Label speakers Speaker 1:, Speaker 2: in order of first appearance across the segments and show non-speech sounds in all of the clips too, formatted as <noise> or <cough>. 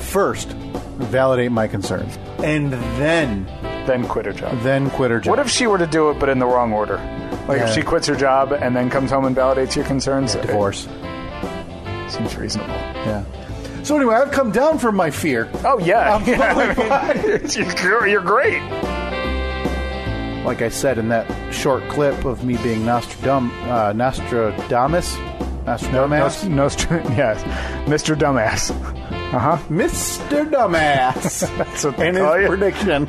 Speaker 1: First, validate my concerns, and then
Speaker 2: then quit her job.
Speaker 1: then quit her job.
Speaker 2: What if she were to do it, but in the wrong order? Like
Speaker 1: Yeah.
Speaker 2: if she quits her job and then comes home and validates your concerns.
Speaker 1: divorce?
Speaker 2: It seems reasonable.
Speaker 1: Yeah. So anyway, I've come down from my fear. <laughs>
Speaker 2: Oh yeah,
Speaker 1: I'm
Speaker 2: Yeah,
Speaker 1: fully
Speaker 2: I mean, <laughs> you're, you're great.
Speaker 1: Like I said in that short clip of me being Nostradam, uh, Nostradamus, Nostradamus,
Speaker 2: No, <laughs> str- yes, Mr. Dumbass. Uh huh.
Speaker 1: Mr. Dumbass, <laughs>
Speaker 2: That's what they
Speaker 1: and
Speaker 2: call
Speaker 1: his <laughs>
Speaker 2: you.
Speaker 1: prediction.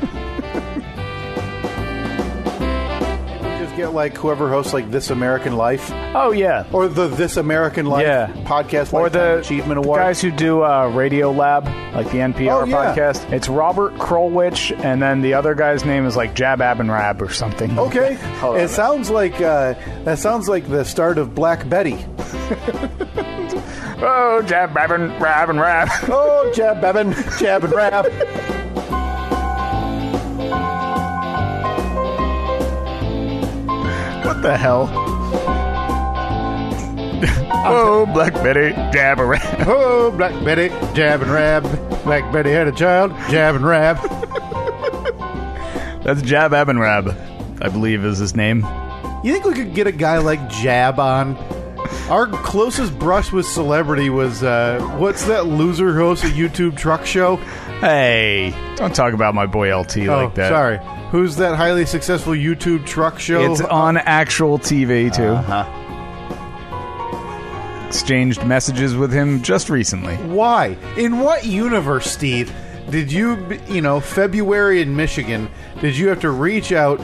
Speaker 1: Maybe we Just get like whoever hosts like This American Life
Speaker 2: Oh yeah.
Speaker 1: or the This American Life
Speaker 2: Yeah.
Speaker 1: podcast
Speaker 2: or
Speaker 1: Lifetime
Speaker 2: the
Speaker 1: Achievement Award.
Speaker 2: guys who do uh, Radio Lab, like the NPR
Speaker 1: Oh, yeah.
Speaker 2: podcast. It's Robert Krolwich, and then the other guy's name is like Jab Ab and Rab or something.
Speaker 1: Okay,
Speaker 2: Hold on.
Speaker 1: it sounds like uh, that sounds like the start of Black Betty.
Speaker 2: Oh, Jab Ab and Rab and Rab. <laughs>
Speaker 1: Oh, jab, <laughs> babbin, jab and rap.
Speaker 2: what the hell? oh, Black Betty, Jab a Rab.
Speaker 1: Oh, Black Betty, jab and rab. Black Betty had a child, jab and rab.
Speaker 2: That's Jab Ab and Rab, I believe is his name.
Speaker 1: You think we could get a guy like Jab on? Our closest brush with celebrity was uh, what's that loser who hosts a YouTube truck show?
Speaker 2: Hey, don't talk about my boy LT like that.
Speaker 1: Oh, sorry. Oh. Who's that highly successful YouTube truck show?
Speaker 2: It's on actual TV too.
Speaker 1: Uh-huh.
Speaker 2: Exchanged messages with him just recently.
Speaker 1: Why? In what universe, Steve, did you, you know, February in Michigan, did you have to reach out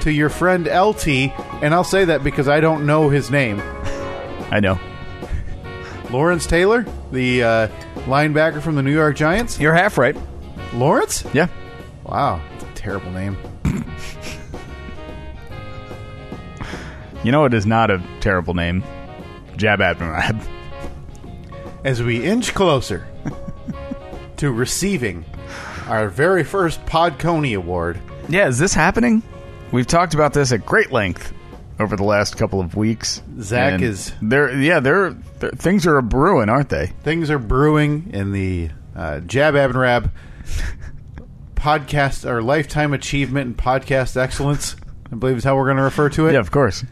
Speaker 1: to your friend LT? And I'll say that because I don't know his name.
Speaker 2: I know.
Speaker 1: Lawrence Taylor, the uh, linebacker from the New York Giants.
Speaker 2: You're half right.
Speaker 1: Lawrence?
Speaker 2: Yeah.
Speaker 1: Wow, that's a terrible name.
Speaker 2: You know it is not a terrible name. Jab Abnerab.
Speaker 1: As we inch closer <laughs> to receiving our very first Podconey Award.
Speaker 2: Yeah, is this happening? We've talked about this at great length over the last couple of weeks.
Speaker 1: Zach
Speaker 2: And
Speaker 1: is-
Speaker 2: there. Yeah, there. there- Things are brewing, aren't they?
Speaker 1: things are brewing in the uh, Jab Ab and
Speaker 2: <laughs>
Speaker 1: Rab podcast or lifetime achievement and podcast excellence. I believe is how we're going to refer to it.
Speaker 2: Yeah, of course.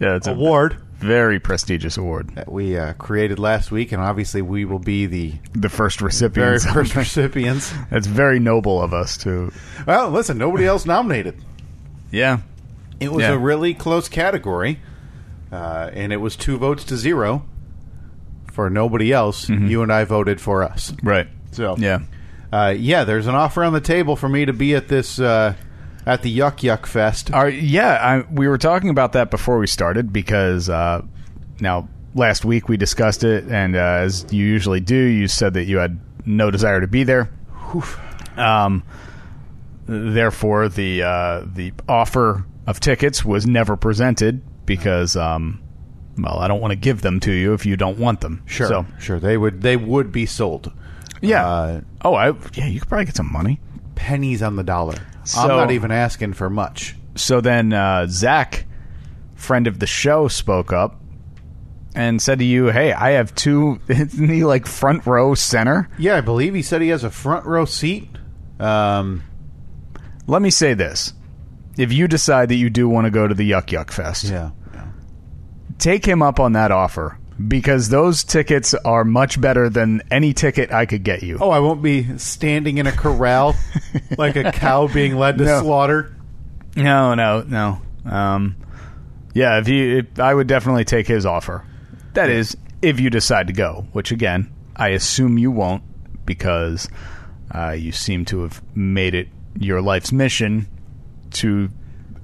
Speaker 2: Yeah, it's
Speaker 1: Award
Speaker 2: a very prestigious award.
Speaker 1: that we uh, created last week, and obviously we will be the
Speaker 2: The first
Speaker 1: very <laughs>
Speaker 2: recipient. <laughs>
Speaker 1: first recipients.
Speaker 2: That's very noble of us to.
Speaker 1: Well, listen, nobody else nominated.
Speaker 2: Yeah.
Speaker 1: It was
Speaker 2: Yeah.
Speaker 1: a really close category, uh, and it was two votes to zero for nobody else.
Speaker 2: Mm-hmm.
Speaker 1: You and I voted for us.
Speaker 2: Right.
Speaker 1: So
Speaker 2: Yeah.
Speaker 1: Uh, yeah, there's an offer on the table for me to be at this uh, at the Yuck Yuck Fest.
Speaker 2: Are, yeah, I, we were talking about that before we started because uh, now last week we discussed it, and uh, as you usually do, you said that you had no desire to be there. Um, therefore, the uh, the offer of tickets was never presented because, um, well, I don't want to give them to you if you don't want them. So,
Speaker 1: sure. They would they would be sold.
Speaker 2: yeah.
Speaker 1: Uh,
Speaker 2: oh, I yeah, you could probably get some money.
Speaker 1: pennies on the dollar.
Speaker 2: So-
Speaker 1: I'm not even asking for much.
Speaker 2: So then uh, Zach, friend of the show, spoke up and said to you, "Hey, I have two. <laughs> Isn't he like front row center?
Speaker 1: Yeah, I believe he said he has a front row seat. Um,
Speaker 2: Let me say this: if you decide that you do want to go to the Yuck Yuck Fest,
Speaker 1: yeah.
Speaker 2: take him up on that offer because those tickets are much better than any ticket I could get you.
Speaker 1: Oh, I won't be standing in a <laughs> corral like a cow being led to
Speaker 2: No.
Speaker 1: slaughter.
Speaker 2: No, no, no. Um, yeah, if you, if, I would definitely take his offer. That is, if you decide to go, which again, I assume you won't, because uh, you seem to have made it your life's mission to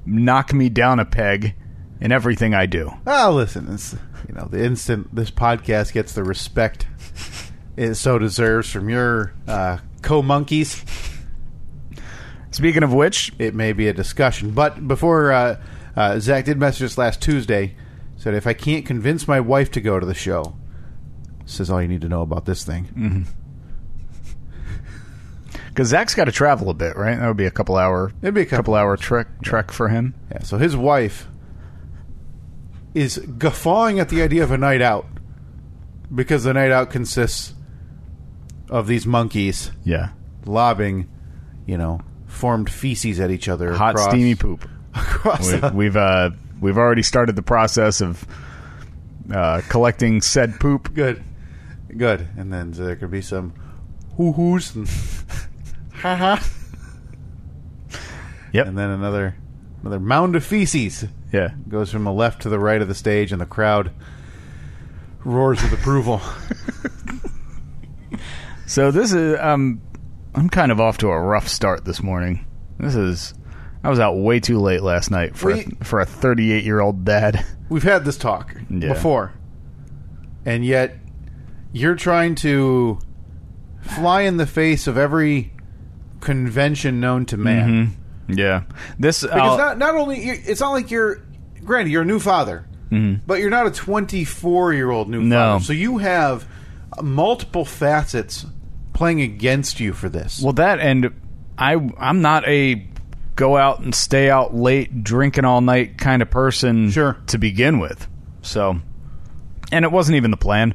Speaker 2: knock me down a peg in everything I do.
Speaker 1: Ah, listen, it's, you know, the instant this podcast gets the respect it so deserves from your uh, co monkeys,
Speaker 2: Speaking of which,
Speaker 1: it may be a discussion. But before uh, uh, Zach did message us last Tuesday, said if I can't convince my wife to go to the show, says all you need to know about this thing.
Speaker 2: Mm. because Zach's got to travel a bit, right? That would be a couple hour,
Speaker 1: It'd be a couple
Speaker 2: couple hour trek trek for him.
Speaker 1: Yeah, so his wife is guffawing at the idea of a night out because the night out consists of these monkeys
Speaker 2: Yeah,
Speaker 1: lobbing, you know, formed feces at each other.
Speaker 2: hot
Speaker 1: across, <laughs>
Speaker 2: steamy poop.
Speaker 1: Across
Speaker 2: we,
Speaker 1: the-
Speaker 2: we've uh, we've already started the process of uh, collecting said poop.
Speaker 1: good, good. And then there could be some hoo hoos and ha
Speaker 2: Uh-huh.
Speaker 1: ha.
Speaker 2: Yep.
Speaker 1: And then another another mound of feces
Speaker 2: Yeah,
Speaker 1: goes from the left to the right of the stage, and the crowd roars with approval. <laughs>
Speaker 2: So this is um, I'm kind of off to a rough start this morning. This is I was out way too late last night for
Speaker 1: We-
Speaker 2: a, for a 38 year old dad.
Speaker 1: we've had this talk
Speaker 2: Yeah.
Speaker 1: before, and yet you're trying to fly in the face of every convention known to man.
Speaker 2: Yeah, this
Speaker 1: Because
Speaker 2: Mm-hmm. I'll-
Speaker 1: not not only you- it's not like you're, granted, you're a new father, but you're not a 24 year old new
Speaker 2: Mm-hmm. No.
Speaker 1: father. So you have multiple facets playing against you for this.
Speaker 2: well that and I I'm not a go out and stay out late drinking all night kind of person
Speaker 1: Sure.
Speaker 2: to begin with. So and it wasn't even the plan.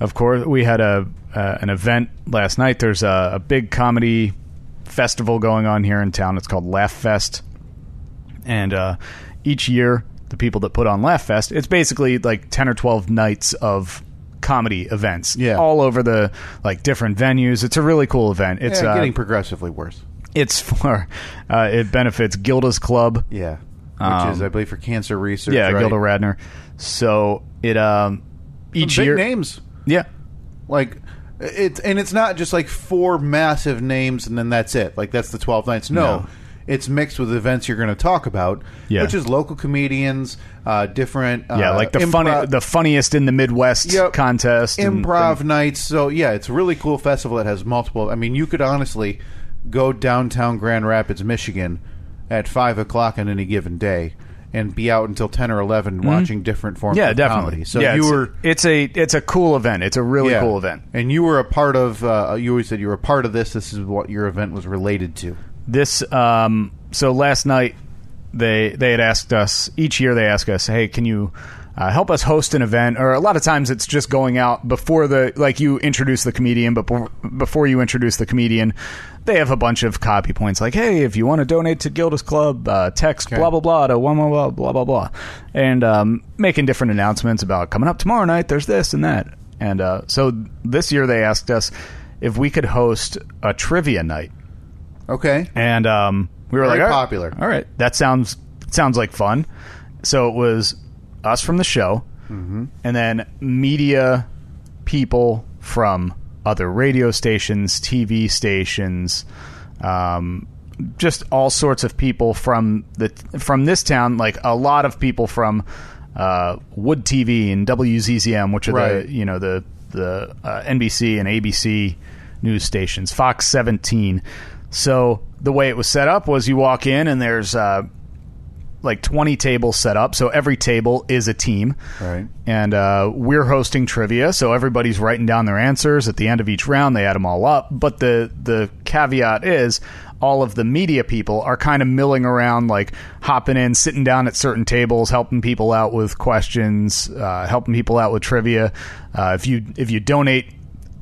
Speaker 2: Of course, we had a uh, an event last night. There's a, a big comedy festival going on here in town. It's called Laugh Fest, and uh, each year the people that put on Laugh Fest, it's basically like ten or twelve nights of comedy events,
Speaker 1: Yeah.
Speaker 2: all over the like different venues. It's a really cool event. It's
Speaker 1: it's
Speaker 2: uh,
Speaker 1: <laughs> getting progressively worse.
Speaker 2: it's for uh, it benefits Gilda's Club.
Speaker 1: Yeah. Which
Speaker 2: Um,
Speaker 1: is, I believe, for cancer research.
Speaker 2: Yeah,
Speaker 1: right?
Speaker 2: Gilda Radner. So it um each
Speaker 1: Big
Speaker 2: year
Speaker 1: names.
Speaker 2: yeah
Speaker 1: like it's and it's not just like four massive names and then that's it like that's the 12 nights no,
Speaker 2: No.
Speaker 1: it's mixed with events you're going to talk about
Speaker 2: Yeah.
Speaker 1: which is local comedians uh different uh,
Speaker 2: yeah like the
Speaker 1: improv,
Speaker 2: funny the funniest in the Midwest
Speaker 1: Yep.
Speaker 2: contest and
Speaker 1: improv
Speaker 2: thing.
Speaker 1: nights so yeah it's a really cool festival that has multiple i mean you could honestly go downtown grand rapids michigan at five o'clock on any given day and be out until 10 or 11 watching different forms
Speaker 2: Mm-hmm. yeah
Speaker 1: of
Speaker 2: definitely
Speaker 1: comedy so
Speaker 2: yeah,
Speaker 1: you
Speaker 2: it's,
Speaker 1: were
Speaker 2: it's a it's a cool event it's a really
Speaker 1: Yeah.
Speaker 2: cool event
Speaker 1: And you were a part of. Uh, you always said you were a part of this. This is what your event was related to.
Speaker 2: this um so last night they they had asked us each year they ask us hey can you uh, help us host an event or a lot of times it's just going out before the like you introduce the comedian but before, before you introduce the comedian they have a bunch of copy points like hey if you want to donate to Gilda's Club uh, text blah blah blah to one blah blah blah blah blah and um, making different announcements about coming up tomorrow night there's this and that and uh, so this year they asked us if we could host a trivia night
Speaker 1: Okay.
Speaker 2: and um, we were
Speaker 1: Very
Speaker 2: like, all right,
Speaker 1: popular.
Speaker 2: All right, that sounds sounds like fun. So it was us from the show,
Speaker 1: Mm-hmm.
Speaker 2: and then media people from other radio stations, TV stations, um, just all sorts of people from the from this town. Like a lot of people from uh, Wood TV and WZZM, which are
Speaker 1: Right.
Speaker 2: the you know the the uh, NBC and ABC news stations, Fox 17. So the way it was set up was you walk in and there's uh, like 20 tables set up, so every table is a team.
Speaker 1: Right.
Speaker 2: And uh, we're hosting trivia, so everybody's writing down their answers. At the end of each round, they add them all up. But the the caveat is, all of the media people are kind of milling around, like hopping in, sitting down at certain tables, helping people out with questions, uh, helping people out with trivia. Uh, if you if you donate.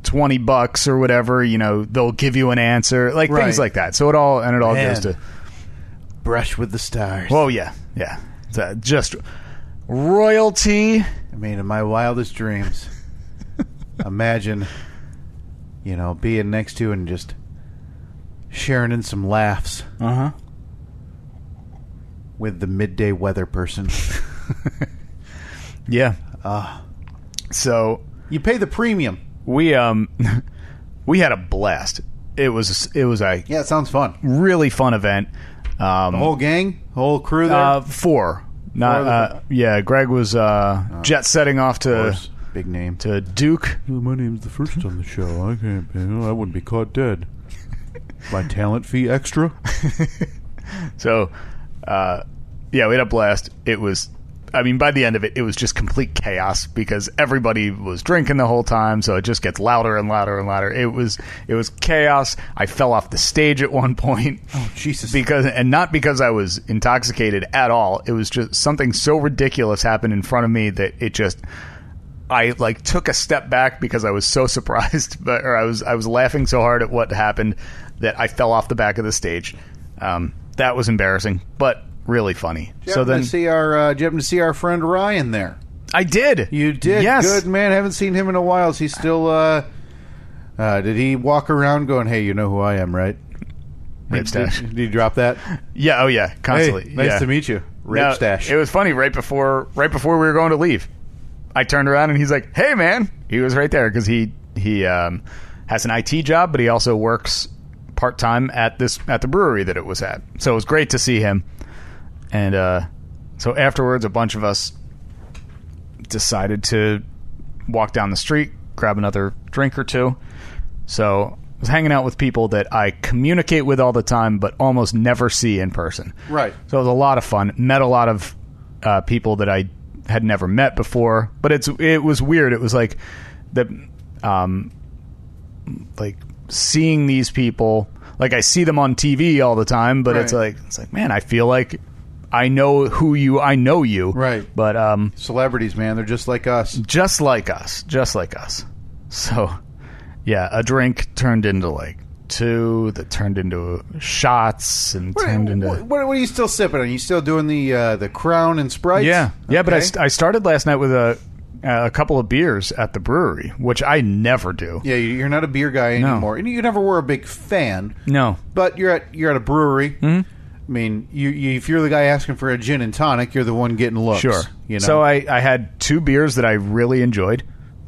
Speaker 2: 20 bucks or whatever, you know, they'll give you an answer, like
Speaker 1: Right.
Speaker 2: things like that. So it all, and it all
Speaker 1: Man.
Speaker 2: goes to,
Speaker 1: Brush with the stars.
Speaker 2: Oh yeah, yeah. It's, uh, just royalty
Speaker 1: I mean, in my wildest <laughs> dreams, imagine, you know, being next to and just sharing in some laughs
Speaker 2: Uh huh.
Speaker 1: with the midday weather person.
Speaker 2: Yeah. Uh, so
Speaker 1: you pay the premium.
Speaker 2: we um <laughs> we had a blast. It was it was a
Speaker 1: Yeah, it sounds fun.
Speaker 2: really fun event. Um,
Speaker 1: Whole gang, whole crew there.
Speaker 2: uh, four. Not
Speaker 1: Four of
Speaker 2: uh, yeah. Greg was uh, jet setting off
Speaker 1: Of
Speaker 2: to
Speaker 1: course. Big name.
Speaker 2: to Duke.
Speaker 1: My name's the first on the show. I can't. You know, I wouldn't be caught dead. My talent fee extra.
Speaker 2: So, uh, yeah, we had a blast. It was, I mean, by the end of it, it was just complete chaos because everybody was drinking the whole time. So it just gets louder and louder and louder. It was, it was chaos. I fell off the stage at one point. Oh
Speaker 1: <laughs> Jesus.
Speaker 2: Because and not because I was intoxicated at all. It was just something so ridiculous happened in front of me that it just. I like took a step back because I was so <laughs> surprised, but or I was I was laughing so hard at what happened that I fell off the back of the stage. Um, that was embarrassing, but really funny. so then
Speaker 1: to see our, uh, did you happen to see our friend Ryan there?
Speaker 2: I did.
Speaker 1: You did.
Speaker 2: Yes.
Speaker 1: Good man. Haven't seen him in a while. Is he still? Uh, uh, did he walk around going, "Hey, you know who I am, right?"
Speaker 2: Rape stash.
Speaker 1: Did, did he drop that?
Speaker 2: Yeah. Oh yeah. Constantly.
Speaker 1: Hey, nice
Speaker 2: yeah.
Speaker 1: to meet you. Rape
Speaker 2: No,
Speaker 1: stash.
Speaker 2: It was funny right before right before we were going to leave. I turned around and he's like, "Hey man." He was right there because he he um, has an IT job, but he also works part time at this at the brewery that it was at. So it was great to see him. And uh, so afterwards, a bunch of us decided to walk down the street, grab another drink or two. So I was hanging out with people that I communicate with all the time, but almost never see in person.
Speaker 1: Right.
Speaker 2: So it was a lot of fun. Met a lot of uh, people that I had never met before, but it's it was weird. It was like the um like seeing these people. Like I see them on TV all the time, but it's
Speaker 1: Right.
Speaker 2: like it's like man, I feel like I know who you. I know you.
Speaker 1: Right.
Speaker 2: But um,
Speaker 1: Celebrities, man. They're just like us.
Speaker 2: just like us, just like us. So, yeah, a drink turned into like two that turned into shots and turned into
Speaker 1: What, what- what are you still sipping on? You still doing the uh, the Crown and Sprite?
Speaker 2: yeah, yeah. But I,
Speaker 1: Okay.
Speaker 2: st- I started last night with a uh, a couple of beers at the brewery, which I never do.
Speaker 1: yeah, you- you're not a beer guy
Speaker 2: No.
Speaker 1: anymore, and you never were a big fan.
Speaker 2: No,
Speaker 1: But you're at you're at a brewery.
Speaker 2: Mm-hmm.
Speaker 1: I mean, you, you if you're the guy asking for a gin and tonic, you're the one getting looks.
Speaker 2: sure.
Speaker 1: You know.
Speaker 2: So I I had two beers that I really enjoyed.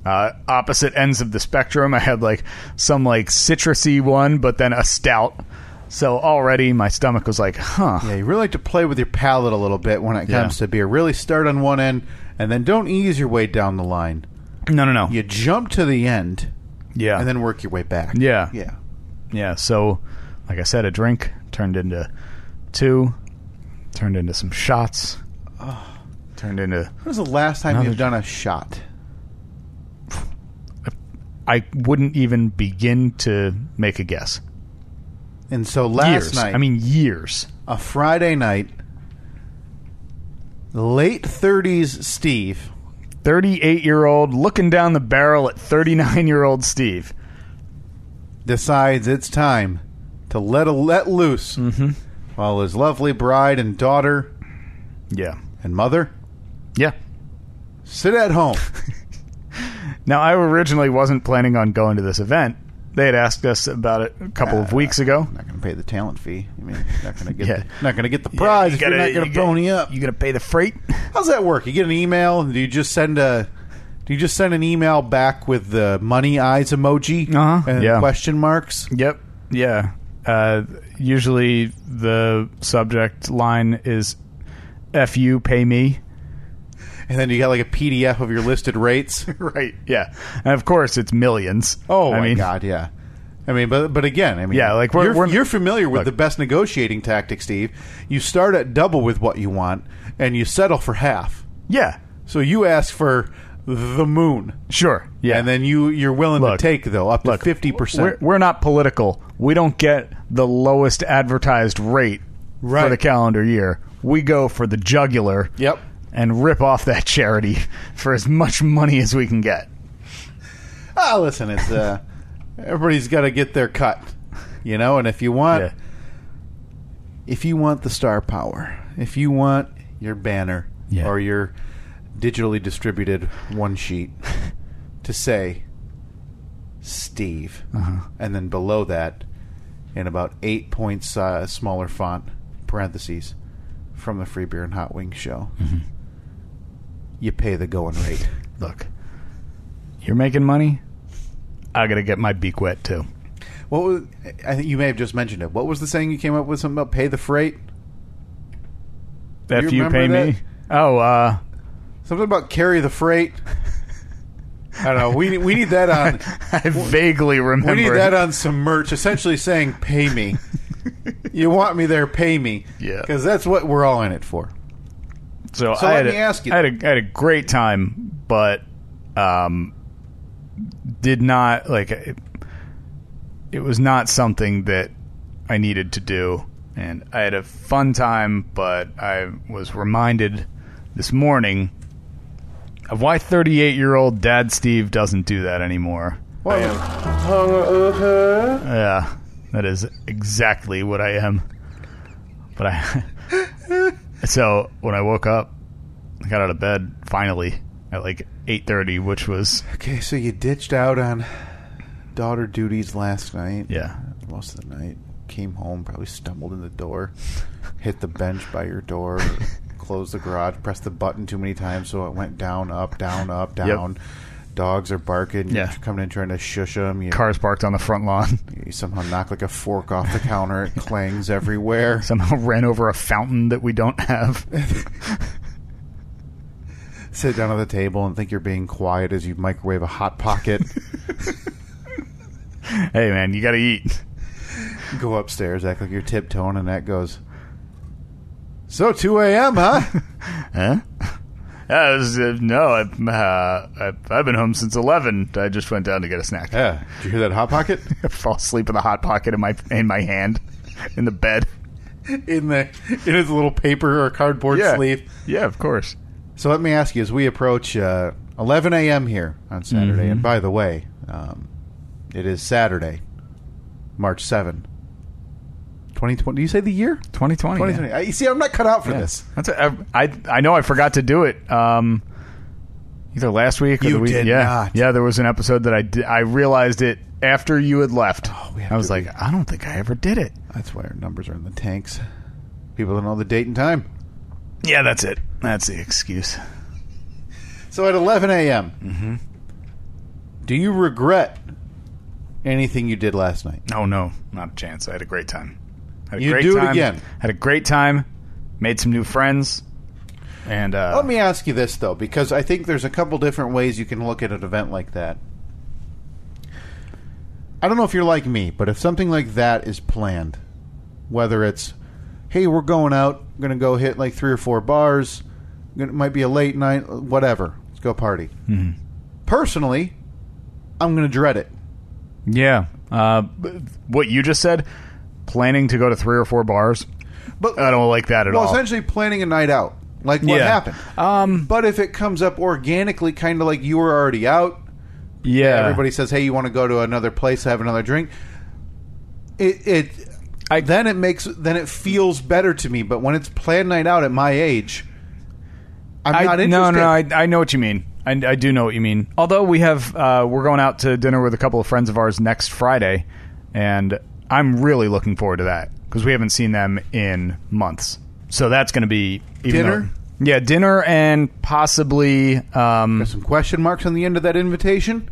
Speaker 2: Uh, opposite ends of the spectrum. I had like some like citrusy one, but then a stout. So already my stomach was like, huh.
Speaker 1: Yeah, you really like to play with your palate a little bit when it comes to beer. Really start on one end and then don't ease your way down the line.
Speaker 2: No, no, no.
Speaker 1: You jump to the end
Speaker 2: yeah.
Speaker 1: and then work your way back.
Speaker 2: Yeah.
Speaker 1: Yeah.
Speaker 2: yeah, so like I said, a drink turned into two, turned into some shots, turned into.
Speaker 1: When was the last time
Speaker 2: Another-
Speaker 1: you've done a shot?
Speaker 2: I wouldn't even begin to make a guess.
Speaker 1: And so last
Speaker 2: years.
Speaker 1: night,
Speaker 2: I mean, years.
Speaker 1: a Friday night, late 30s Steve
Speaker 2: 38 year old looking down the barrel at 39 year old Steve.
Speaker 1: decides it's time to let a, let loose
Speaker 2: Mm-hmm.
Speaker 1: while his lovely bride and daughter
Speaker 2: Yeah.
Speaker 1: and mother
Speaker 2: Yeah.
Speaker 1: sit at home.
Speaker 2: Now, I originally wasn't planning on going to this event. They had asked us about it a couple
Speaker 1: Uh.
Speaker 2: of weeks ago.
Speaker 1: not going to pay the talent fee. I mean, not going to
Speaker 2: <laughs>
Speaker 1: get
Speaker 2: Yeah.
Speaker 1: the, not going to get the prize
Speaker 2: you
Speaker 1: if you're
Speaker 2: gotta-
Speaker 1: not going
Speaker 2: you
Speaker 1: to
Speaker 2: gotta-
Speaker 1: pony up.
Speaker 2: You gonna pay the freight?
Speaker 1: <laughs> How's that work? You get an email, and do you just send a do you just send an email back with the money eyes emoji
Speaker 2: Uh-huh.
Speaker 1: and
Speaker 2: Yeah.
Speaker 1: question marks?
Speaker 2: Yep. Yeah. Uh, usually the subject line is "F you, pay me."
Speaker 1: And then you got like a PDF of your listed rates.
Speaker 2: <laughs> Right. Yeah. And of course, it's millions.
Speaker 1: Oh
Speaker 2: I
Speaker 1: my
Speaker 2: mean,
Speaker 1: god, yeah. I mean, but but again, I mean,
Speaker 2: Yeah, like, we're-
Speaker 1: you're,
Speaker 2: we're-
Speaker 1: you're familiar with
Speaker 2: look.
Speaker 1: the best negotiating tactic, Steve. You start at double with what you want, and you settle for half.
Speaker 2: Yeah.
Speaker 1: So you ask for the moon,
Speaker 2: Sure. Yeah.
Speaker 1: and then you you're willing
Speaker 2: Look.
Speaker 1: to take though up to
Speaker 2: Look,
Speaker 1: fifty
Speaker 2: we're,
Speaker 1: percent.
Speaker 2: we're not political. We don't get the lowest advertised rate for
Speaker 1: Right.
Speaker 2: the calendar year. We go for the jugular.
Speaker 1: Yep.
Speaker 2: And rip off that charity <laughs> for as much money as we can get.
Speaker 1: Ah, listen, it's uh, everybody's got to get their cut, you know. And if you want,
Speaker 2: Yeah.
Speaker 1: if you want the star power, if you want your banner
Speaker 2: Yeah.
Speaker 1: or your digitally distributed one sheet <laughs> to say Steve,
Speaker 2: Uh-huh.
Speaker 1: and then below that, in about eight points uh, smaller font parentheses from the Free Beer and Hot Wings show.
Speaker 2: Mm-hmm.
Speaker 1: You pay the going rate.
Speaker 2: Look, you're making money. I gotta get my beak wet too.
Speaker 1: What was, I think you may have just mentioned it. What was the saying you came up with? Something about pay the freight?
Speaker 2: If
Speaker 1: you
Speaker 2: you, pay
Speaker 1: remember
Speaker 2: me, oh, uh, <laughs>
Speaker 1: Something about carry the freight? I don't know. We need- we need that on
Speaker 2: I vaguely remember.
Speaker 1: we need
Speaker 2: it.
Speaker 1: that on some merch. Essentially saying, "Pay me."
Speaker 2: <laughs>
Speaker 1: you want me there? Pay me.
Speaker 2: Yeah.
Speaker 1: because that's what we're all in it for.
Speaker 2: So,
Speaker 1: So
Speaker 2: I
Speaker 1: let
Speaker 2: had
Speaker 1: me
Speaker 2: a,
Speaker 1: ask you
Speaker 2: I had, a, I had a great time, but um, did not like it, it was not something that I needed to do, and I had a fun time, but I was reminded this morning of why 38 year old Dad Steve doesn't do that anymore.
Speaker 1: Well,
Speaker 2: Yeah, that is exactly what I am. But I. <laughs> so when I woke up, I got out of bed finally at like eight thirty, which was
Speaker 1: Okay, so you ditched out on daughter duties last night.
Speaker 2: yeah.
Speaker 1: most of the night. Came home, probably stumbled in the door, hit the bench by your door, <laughs> closed the garage, pressed the button too many times, so it went down, up, down, up, down. Dogs are barking.
Speaker 2: Yeah.
Speaker 1: You're coming in trying to shush them. You,
Speaker 2: Cars parked on the front lawn. <laughs>
Speaker 1: you somehow knock like a fork off the counter. It clangs <laughs> everywhere.
Speaker 2: Somehow ran over a fountain that we don't have. <laughs>
Speaker 1: Sit down at the table and think you're being quiet as you microwave a hot <laughs> pocket.
Speaker 2: hey man, you gotta eat.
Speaker 1: Go upstairs, act like you're tiptoeing, and that goes. So 2 a.m., huh?
Speaker 2: Huh? Yeah, it was, uh, no, I've, uh, I've, I've been home since eleven. I just went down to get a
Speaker 1: <laughs>
Speaker 2: snack. <laughs>
Speaker 1: yeah. Did you hear that hot pocket?
Speaker 2: Fall asleep in the hot pocket in my in my hand, <laughs> in the bed.
Speaker 1: in the in his little paper or cardboard sleeve.
Speaker 2: Yeah, of course.
Speaker 1: So let me ask you, as we approach uh, 11 a.m. here on Saturday, and by the way, um, it is Saturday, March 7, 2020. Do you say the year?
Speaker 2: 2020.
Speaker 1: 2020. I, you see, I'm not cut out for
Speaker 2: Yeah.
Speaker 1: this.
Speaker 2: That's a, I, I know I forgot to do it. Um, either last week or
Speaker 1: You
Speaker 2: the week.
Speaker 1: did
Speaker 2: yeah,
Speaker 1: not.
Speaker 2: yeah. There was an episode that I did, I realized it after you had left.
Speaker 1: Oh, we have
Speaker 2: I was
Speaker 1: to-
Speaker 2: like, I don't think I ever did it.
Speaker 1: That's why our numbers are in the tanks. People don't know the date and time.
Speaker 2: Yeah, that's it. That's the excuse.
Speaker 1: So at 11 a.m., do you regret anything you did last night?
Speaker 2: Oh no, not a chance. I had a great time. Had a
Speaker 1: You
Speaker 2: great
Speaker 1: do it
Speaker 2: time.
Speaker 1: again.
Speaker 2: Had a great time. Made some new friends. And uh,
Speaker 1: Let me ask you this though, because I think there's a couple different ways you can look at an event like that. I don't know if you're like me, but if something like that is planned, whether it's, hey, we're going out, going to go hit like three or four bars, it might be a late night, whatever, let's go party.
Speaker 2: Mm-hmm.
Speaker 1: Personally, I'm going to dread it.
Speaker 2: yeah, uh, b- what you just said, planning to go to three or four bars.
Speaker 1: But
Speaker 2: I don't like that at
Speaker 1: well,
Speaker 2: all.
Speaker 1: essentially planning a night out, like what
Speaker 2: Yeah.
Speaker 1: happened.
Speaker 2: Um,
Speaker 1: But if it comes up organically, kind of like you were already out,
Speaker 2: yeah,
Speaker 1: everybody says, "Hey, you want to go to another place, have another drink." It it
Speaker 2: I-
Speaker 1: then it makes then it feels better to me. But when it's planned night out at my age, I'm
Speaker 2: I,
Speaker 1: not interested.
Speaker 2: no, no, no, I, I know what you mean. I, I do know what you mean. Although we have, uh, we're going out to dinner with a couple of friends of ours next Friday, and I'm really looking forward to that because we haven't seen them in months. So that's going to be even
Speaker 1: Dinner?
Speaker 2: though- yeah, dinner and possibly, um,
Speaker 1: some question marks on the end of that invitation.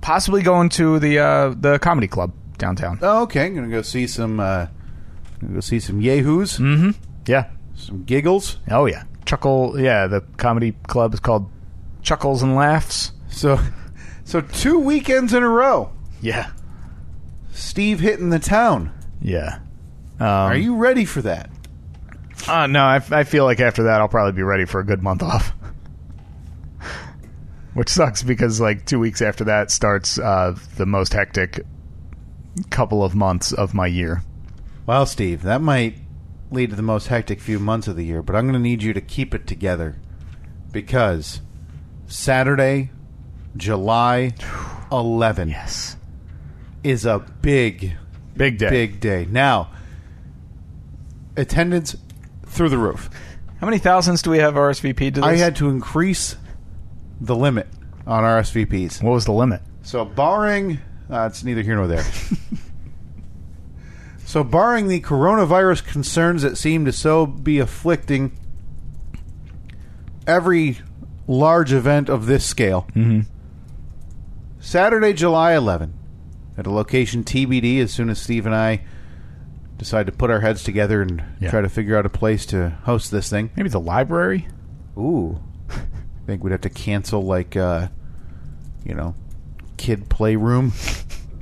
Speaker 2: possibly going to the uh, the comedy club downtown.
Speaker 1: Oh, okay, I'm gonna go see some. Uh, gonna go see some yahoos,
Speaker 2: Hmm. Yeah.
Speaker 1: some giggles.
Speaker 2: Oh yeah. Chuckle. Yeah, the comedy club is called Chuckles and Laughs.
Speaker 1: So, <laughs> so two weekends in a row,
Speaker 2: Yeah.
Speaker 1: Steve hitting the town.
Speaker 2: Yeah. Um,
Speaker 1: Are you ready for that?
Speaker 2: Uh, no, I, I feel like after that I'll probably be ready for a good month off. Which sucks because like two weeks after that starts uh, the most hectic couple of months of my year.
Speaker 1: Well, Steve, that might lead to the most hectic few months of the year, but I'm going to need you to keep it together because Saturday, July 11
Speaker 2: Yes,
Speaker 1: is a big,
Speaker 2: big day.
Speaker 1: big day. Now, attendance through the roof.
Speaker 2: How many thousands do we have RSVP to this?
Speaker 1: I had to increase the limit on RSVPs.
Speaker 2: What was the limit?
Speaker 1: So barring, uh, it's neither here nor there. <laughs> so barring the coronavirus concerns that seem to so be afflicting every large event of this scale, Saturday, July 11, at a location TBD. As soon as Steve and I decide to put our heads together and
Speaker 2: Yeah.
Speaker 1: try to figure out a place to host this thing.
Speaker 2: Maybe the library?
Speaker 1: Ooh. <laughs> I think we'd have to cancel like uh you know, kid playroom.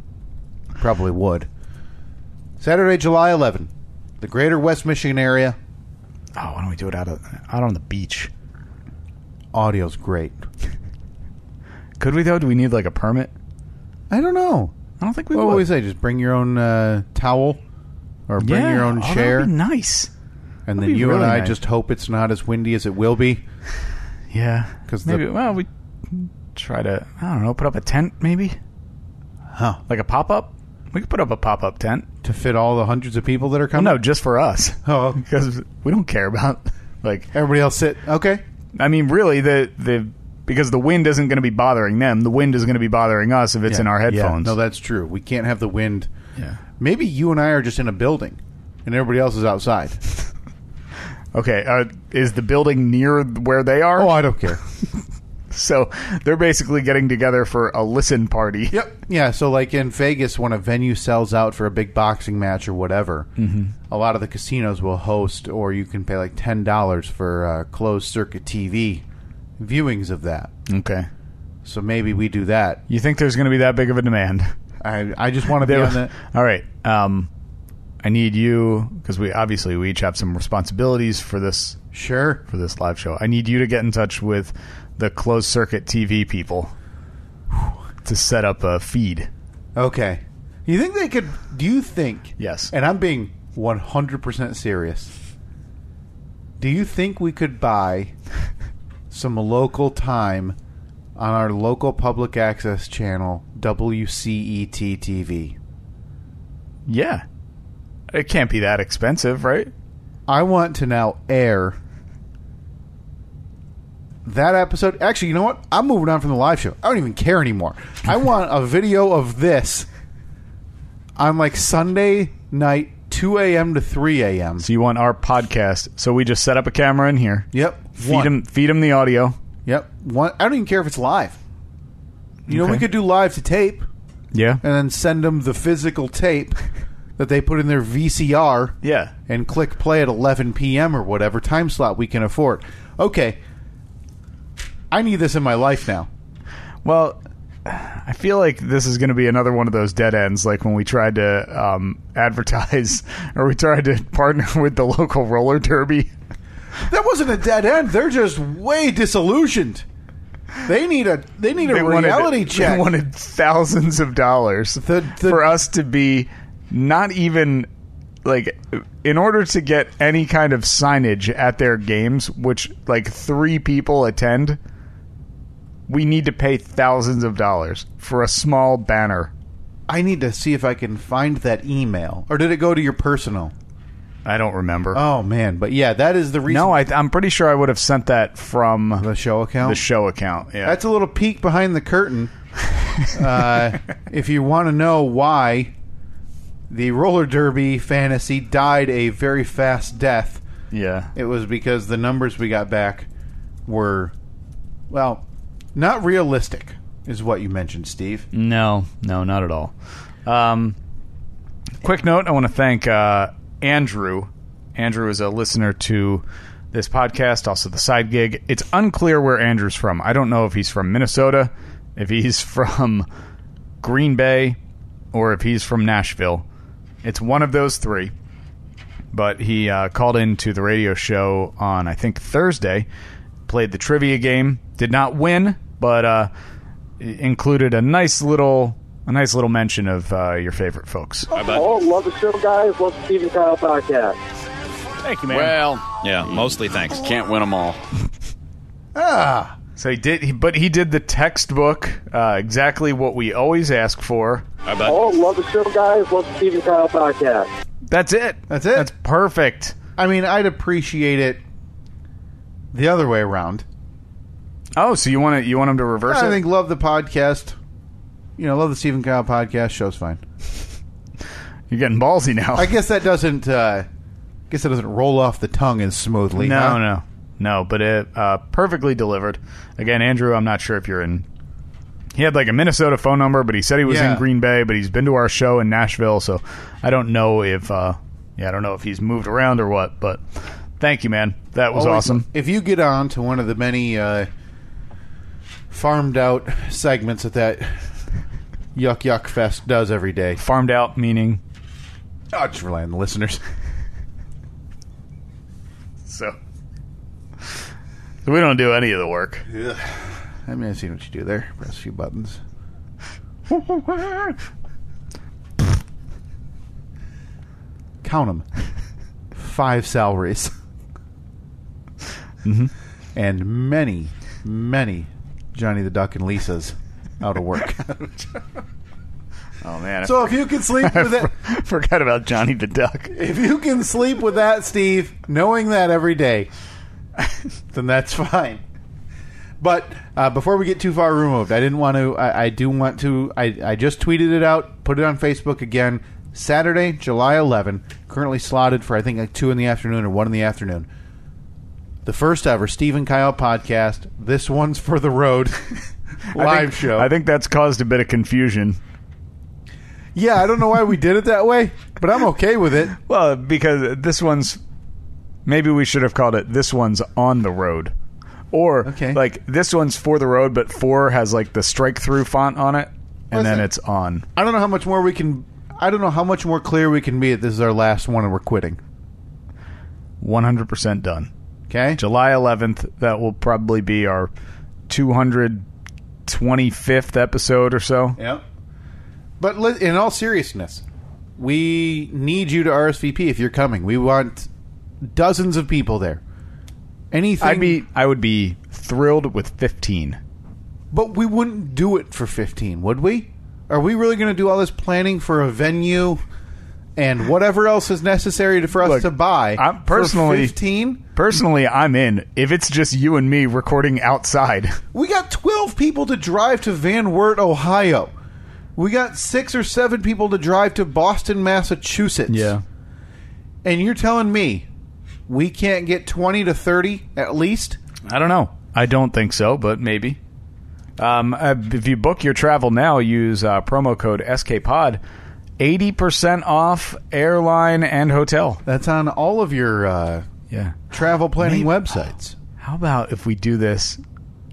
Speaker 1: <laughs> Probably would. Saturday, July 11. The Greater West Michigan area.
Speaker 2: Oh, why don't we do it out of out on the beach?
Speaker 1: Audio's great.
Speaker 2: Could we though? Do we need like a permit?
Speaker 1: I don't know.
Speaker 2: I don't think we
Speaker 1: What would
Speaker 2: would.
Speaker 1: we say? Just bring your own uh, towel or bring
Speaker 2: Yeah.
Speaker 1: your own
Speaker 2: Oh, that'd
Speaker 1: chair
Speaker 2: be nice.
Speaker 1: and
Speaker 2: that'd
Speaker 1: then
Speaker 2: be
Speaker 1: you and
Speaker 2: really
Speaker 1: I
Speaker 2: nice.
Speaker 1: just hope it's not as windy as it will be.
Speaker 2: Yeah.
Speaker 1: 'Cause the-
Speaker 2: maybe well we try to I don't know put up a tent maybe
Speaker 1: Huh.
Speaker 2: like a pop up. We could put up a pop up tent.
Speaker 1: To fit all the hundreds of people that are
Speaker 2: Well,
Speaker 1: coming.
Speaker 2: no, just for us
Speaker 1: <laughs> Oh,
Speaker 2: because we don't care about like
Speaker 1: everybody else sit. Okay.
Speaker 2: I mean really the the because the wind isn't going to be bothering them. The wind is going to be bothering us if it's in our
Speaker 1: Yeah.
Speaker 2: headphones.
Speaker 1: No, that's true. We can't have the wind.
Speaker 2: yeah.
Speaker 1: Maybe you and I are just in a building, and everybody else is outside.
Speaker 2: Okay. Uh, is the building near where they are?
Speaker 1: Oh, I don't care.
Speaker 2: So they're basically getting together for a listen party.
Speaker 1: <laughs> yep. Yeah. So, like in Vegas, when a venue sells out for a big boxing match or whatever, a lot of the casinos will host, or you can pay like ten dollars for uh, closed circuit TV viewings of that.
Speaker 2: Okay.
Speaker 1: So maybe we do that.
Speaker 2: You think there's going to be that big of a demand?
Speaker 1: I I just want to be on <laughs> that.
Speaker 2: All right. Um, I need you because we obviously we each have some responsibilities for this
Speaker 1: Sure.
Speaker 2: for this live show. I need you to get in touch with the closed circuit TV people to set up a feed.
Speaker 1: Okay. You think they could? Do you think?
Speaker 2: Yes.
Speaker 1: And I'm being 100% serious. Do you think we could buy some local time on our local public access channel, E WCET TV?
Speaker 2: Yeah. It can't be that expensive, right?
Speaker 1: I want to now air that episode. Actually, you know what? I'm moving on from the live show. I don't even care anymore. I want a video of this on like Sunday night, 2 a.m. to 3 a.m.
Speaker 2: So you want our podcast? So we just set up a camera in here.
Speaker 1: Yep.
Speaker 2: Feed
Speaker 1: one.
Speaker 2: them. Feed them the audio.
Speaker 1: Yep. One, I don't even care if it's live. You know, we
Speaker 2: Okay.
Speaker 1: could do live to tape
Speaker 2: Yeah.
Speaker 1: and then send them the physical tape that they put in their VCR
Speaker 2: Yeah.
Speaker 1: and click play at 11 p.m. or whatever time slot we can afford. Okay. I need this in my life now.
Speaker 2: Well, I feel like this is going to be another one of those dead ends, like when we tried to um, advertise <laughs> or we tried to partner <laughs> with the local roller derby.
Speaker 1: That wasn't a dead end. They're just way disillusioned. They need a they need a
Speaker 2: wanted-
Speaker 1: reality check.
Speaker 2: They wanted thousands of dollars
Speaker 1: The- the-
Speaker 2: for us to be not even like in order to get any kind of signage at their games, which like three people attend. We need to pay thousands of dollars for a small banner.
Speaker 1: I need to see if I can find that email. Or did it go to your personal?
Speaker 2: I don't remember.
Speaker 1: Oh man, but yeah, that is the reason
Speaker 2: No, I, I'm pretty sure I would have sent that from
Speaker 1: the show account.
Speaker 2: the show account. Yeah,
Speaker 1: That's a little peek behind the curtain. uh, if you want to know why the roller derby fantasy died a very fast death,
Speaker 2: yeah.
Speaker 1: it was because the numbers we got back were, well, not realistic, is what you mentioned, Steve.
Speaker 2: No, no, not at all. Um, quick note: I want to thank uh, Andrew. Andrew is a listener to this podcast, also the side gig. It's unclear where Andrew's from. I don't know if he's from Minnesota, if he's <laughs> from Green Bay, or if he's from Nashville. It's one of those three. But he uh, called into the radio show on I think Thursday, played the trivia game, did not win, but uh, included a nice little a nice little mention of uh, your favorite folks.
Speaker 3: Oh, love the show, guys. Love the Steve and Kyle podcast.
Speaker 2: Thank you, man.
Speaker 4: Well, yeah, mostly thanks. Can't win them all.
Speaker 2: so he did, he, but he did the textbook uh, exactly what we always ask for.
Speaker 4: I
Speaker 3: Oh, love the show, guys. Love the Steve and Kyle podcast.
Speaker 2: That's it.
Speaker 1: That's it.
Speaker 2: That's perfect.
Speaker 1: I mean, I'd appreciate it the other way around.
Speaker 2: Oh, so you want to you want him to reverse
Speaker 1: I
Speaker 2: it?
Speaker 1: think love the podcast. You know, love the Stephen Kyle podcast. Show's fine.
Speaker 2: You're getting ballsy now.
Speaker 1: I guess that doesn't. Uh, guess that doesn't roll off the tongue as smoothly.
Speaker 2: no,
Speaker 1: huh?
Speaker 2: no, no. But it uh, perfectly delivered. Again, Andrew, I'm not sure if you're in. He had like a Minnesota phone number, but he said he was
Speaker 1: Yeah.
Speaker 2: in Green Bay, but he's been to our show in Nashville, so I don't know if uh, yeah, I don't know if he's moved around or what. But thank you, man. That was
Speaker 1: Always-
Speaker 2: awesome.
Speaker 1: If you get on to one of the many uh, farmed out segments that that <laughs> yuck yuck fest does every day,
Speaker 2: Farmed out, meaning
Speaker 1: I just rely on the listeners. <laughs>
Speaker 2: so. We don't do any of the work.
Speaker 1: I mean, I've seen what you do there. Press a few buttons. Count them. Five salaries. Mm-hmm. And many, many Johnny the Duck and Lisa's out of work.
Speaker 2: Oh
Speaker 1: <laughs>
Speaker 2: man,
Speaker 1: so if you can sleep with that,
Speaker 2: I <laughs> forgot about Johnny the Duck.
Speaker 1: if you can sleep with that, Steve, knowing that every day, <laughs> then that's fine. But uh, before we get too far removed, I didn't want to. I, I do want to. I, I just tweeted it out, put it on Facebook again. Saturday, July 11, currently slotted for I think like two in the afternoon or one in the afternoon. The first ever Steve and Kyle podcast. This one's for the road live
Speaker 2: <laughs> I think-
Speaker 1: show.
Speaker 2: I think that's caused a bit of confusion.
Speaker 1: yeah, I don't know why we did it that way, but I'm okay with it.
Speaker 2: Well, because this one's maybe we should have called it this one's on the road. Or
Speaker 1: Okay.
Speaker 2: like this one's for the road, but four has like the strike through font on it, and then
Speaker 1: Listen.
Speaker 2: it's on.
Speaker 1: I don't know how much more we can. I don't know how much more clear we can be that this is our last one and we're quitting.
Speaker 2: One hundred percent done.
Speaker 1: Okay.
Speaker 2: July eleventh, that will probably be our two hundred twenty fifth episode or so.
Speaker 1: Yep. But li- in all seriousness, we need you to RSVP if you're coming. We want dozens of people there. Anything.
Speaker 2: I'd be I would be thrilled with fifteen.
Speaker 1: But we wouldn't do it for 15, would we? Are we really going to do all this planning for a venue and whatever else is necessary to, for us
Speaker 2: Look,
Speaker 1: to buy?
Speaker 2: I'm personally-
Speaker 1: for 15.
Speaker 2: Personally, I'm in. If it's just you and me recording outside, <laughs>
Speaker 1: We got 12 people to drive to Van Wert, Ohio. We got six or seven people to drive to Boston, Massachusetts. And you're telling me we can't get 20 to 30 at least?
Speaker 2: I don't know. I don't think so, but maybe. Um, uh, if you book your travel now, use uh, promo code SKPOD. 80% off airline and hotel.
Speaker 1: That's on all of your uh,
Speaker 2: Yeah.
Speaker 1: travel planning
Speaker 2: Maybe-
Speaker 1: websites.
Speaker 2: How about if we do this?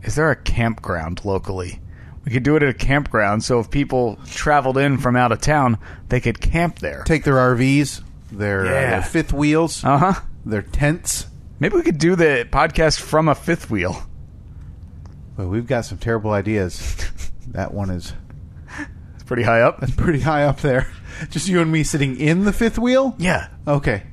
Speaker 2: Is there a campground locally? We could do it at a campground so if people traveled in from out of town, they could camp there.
Speaker 1: Take their RVs, their, uh,
Speaker 2: Yeah.
Speaker 1: their fifth wheels,
Speaker 2: Uh huh.
Speaker 1: their tents.
Speaker 2: Maybe we could do the podcast from a fifth wheel.
Speaker 1: Well, we've got some terrible ideas. <laughs> that one is
Speaker 2: It's pretty high up.
Speaker 1: pretty high up there. <laughs> Just you and me sitting in the fifth wheel?
Speaker 2: Yeah.
Speaker 1: Okay.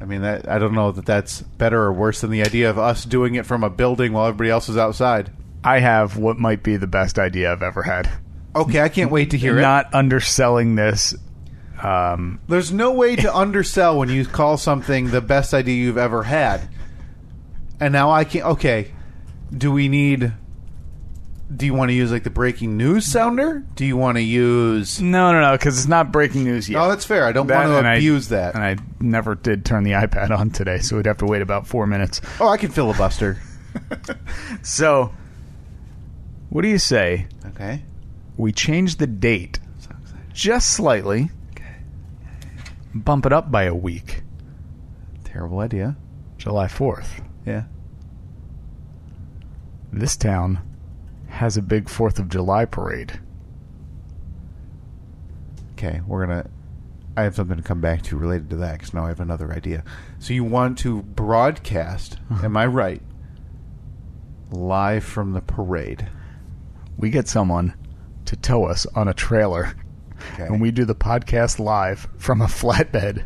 Speaker 1: I mean, that, I don't know that that's better or worse than the idea of us doing it from a building while everybody else is outside.
Speaker 2: I have what might be the best idea I've ever had.
Speaker 1: Okay, I can't wait to hear it.
Speaker 2: Not underselling this. Um,
Speaker 1: There's no way
Speaker 2: <laughs>
Speaker 1: to undersell when you call something the best idea you've ever had. And now I can't. Okay, do we need? Do you want to use like the breaking news sounder? Do you want to use?
Speaker 2: no, no, no, because it's not breaking news yet.
Speaker 1: No, that's fair. I don't
Speaker 2: That-
Speaker 1: want
Speaker 2: and
Speaker 1: to
Speaker 2: I-
Speaker 1: abuse that.
Speaker 2: And I never did turn the iPad on today, so we'd have to wait about four minutes.
Speaker 1: oh, I can filibuster.
Speaker 2: So, what do you say?
Speaker 1: okay.
Speaker 2: We change the date just slightly, bump it up by a week,
Speaker 1: Terrible idea.
Speaker 2: July 4th.
Speaker 1: Yeah.
Speaker 2: This town has a big 4th of July parade.
Speaker 1: Okay, we're gonna. I have something to come back to related to that because now I have another idea. So you want to broadcast?
Speaker 2: Uh-huh.
Speaker 1: am I right? Live from the parade.
Speaker 2: We get someone to tow us on a trailer
Speaker 1: Okay.
Speaker 2: and we do the podcast live from a <laughs> flatbed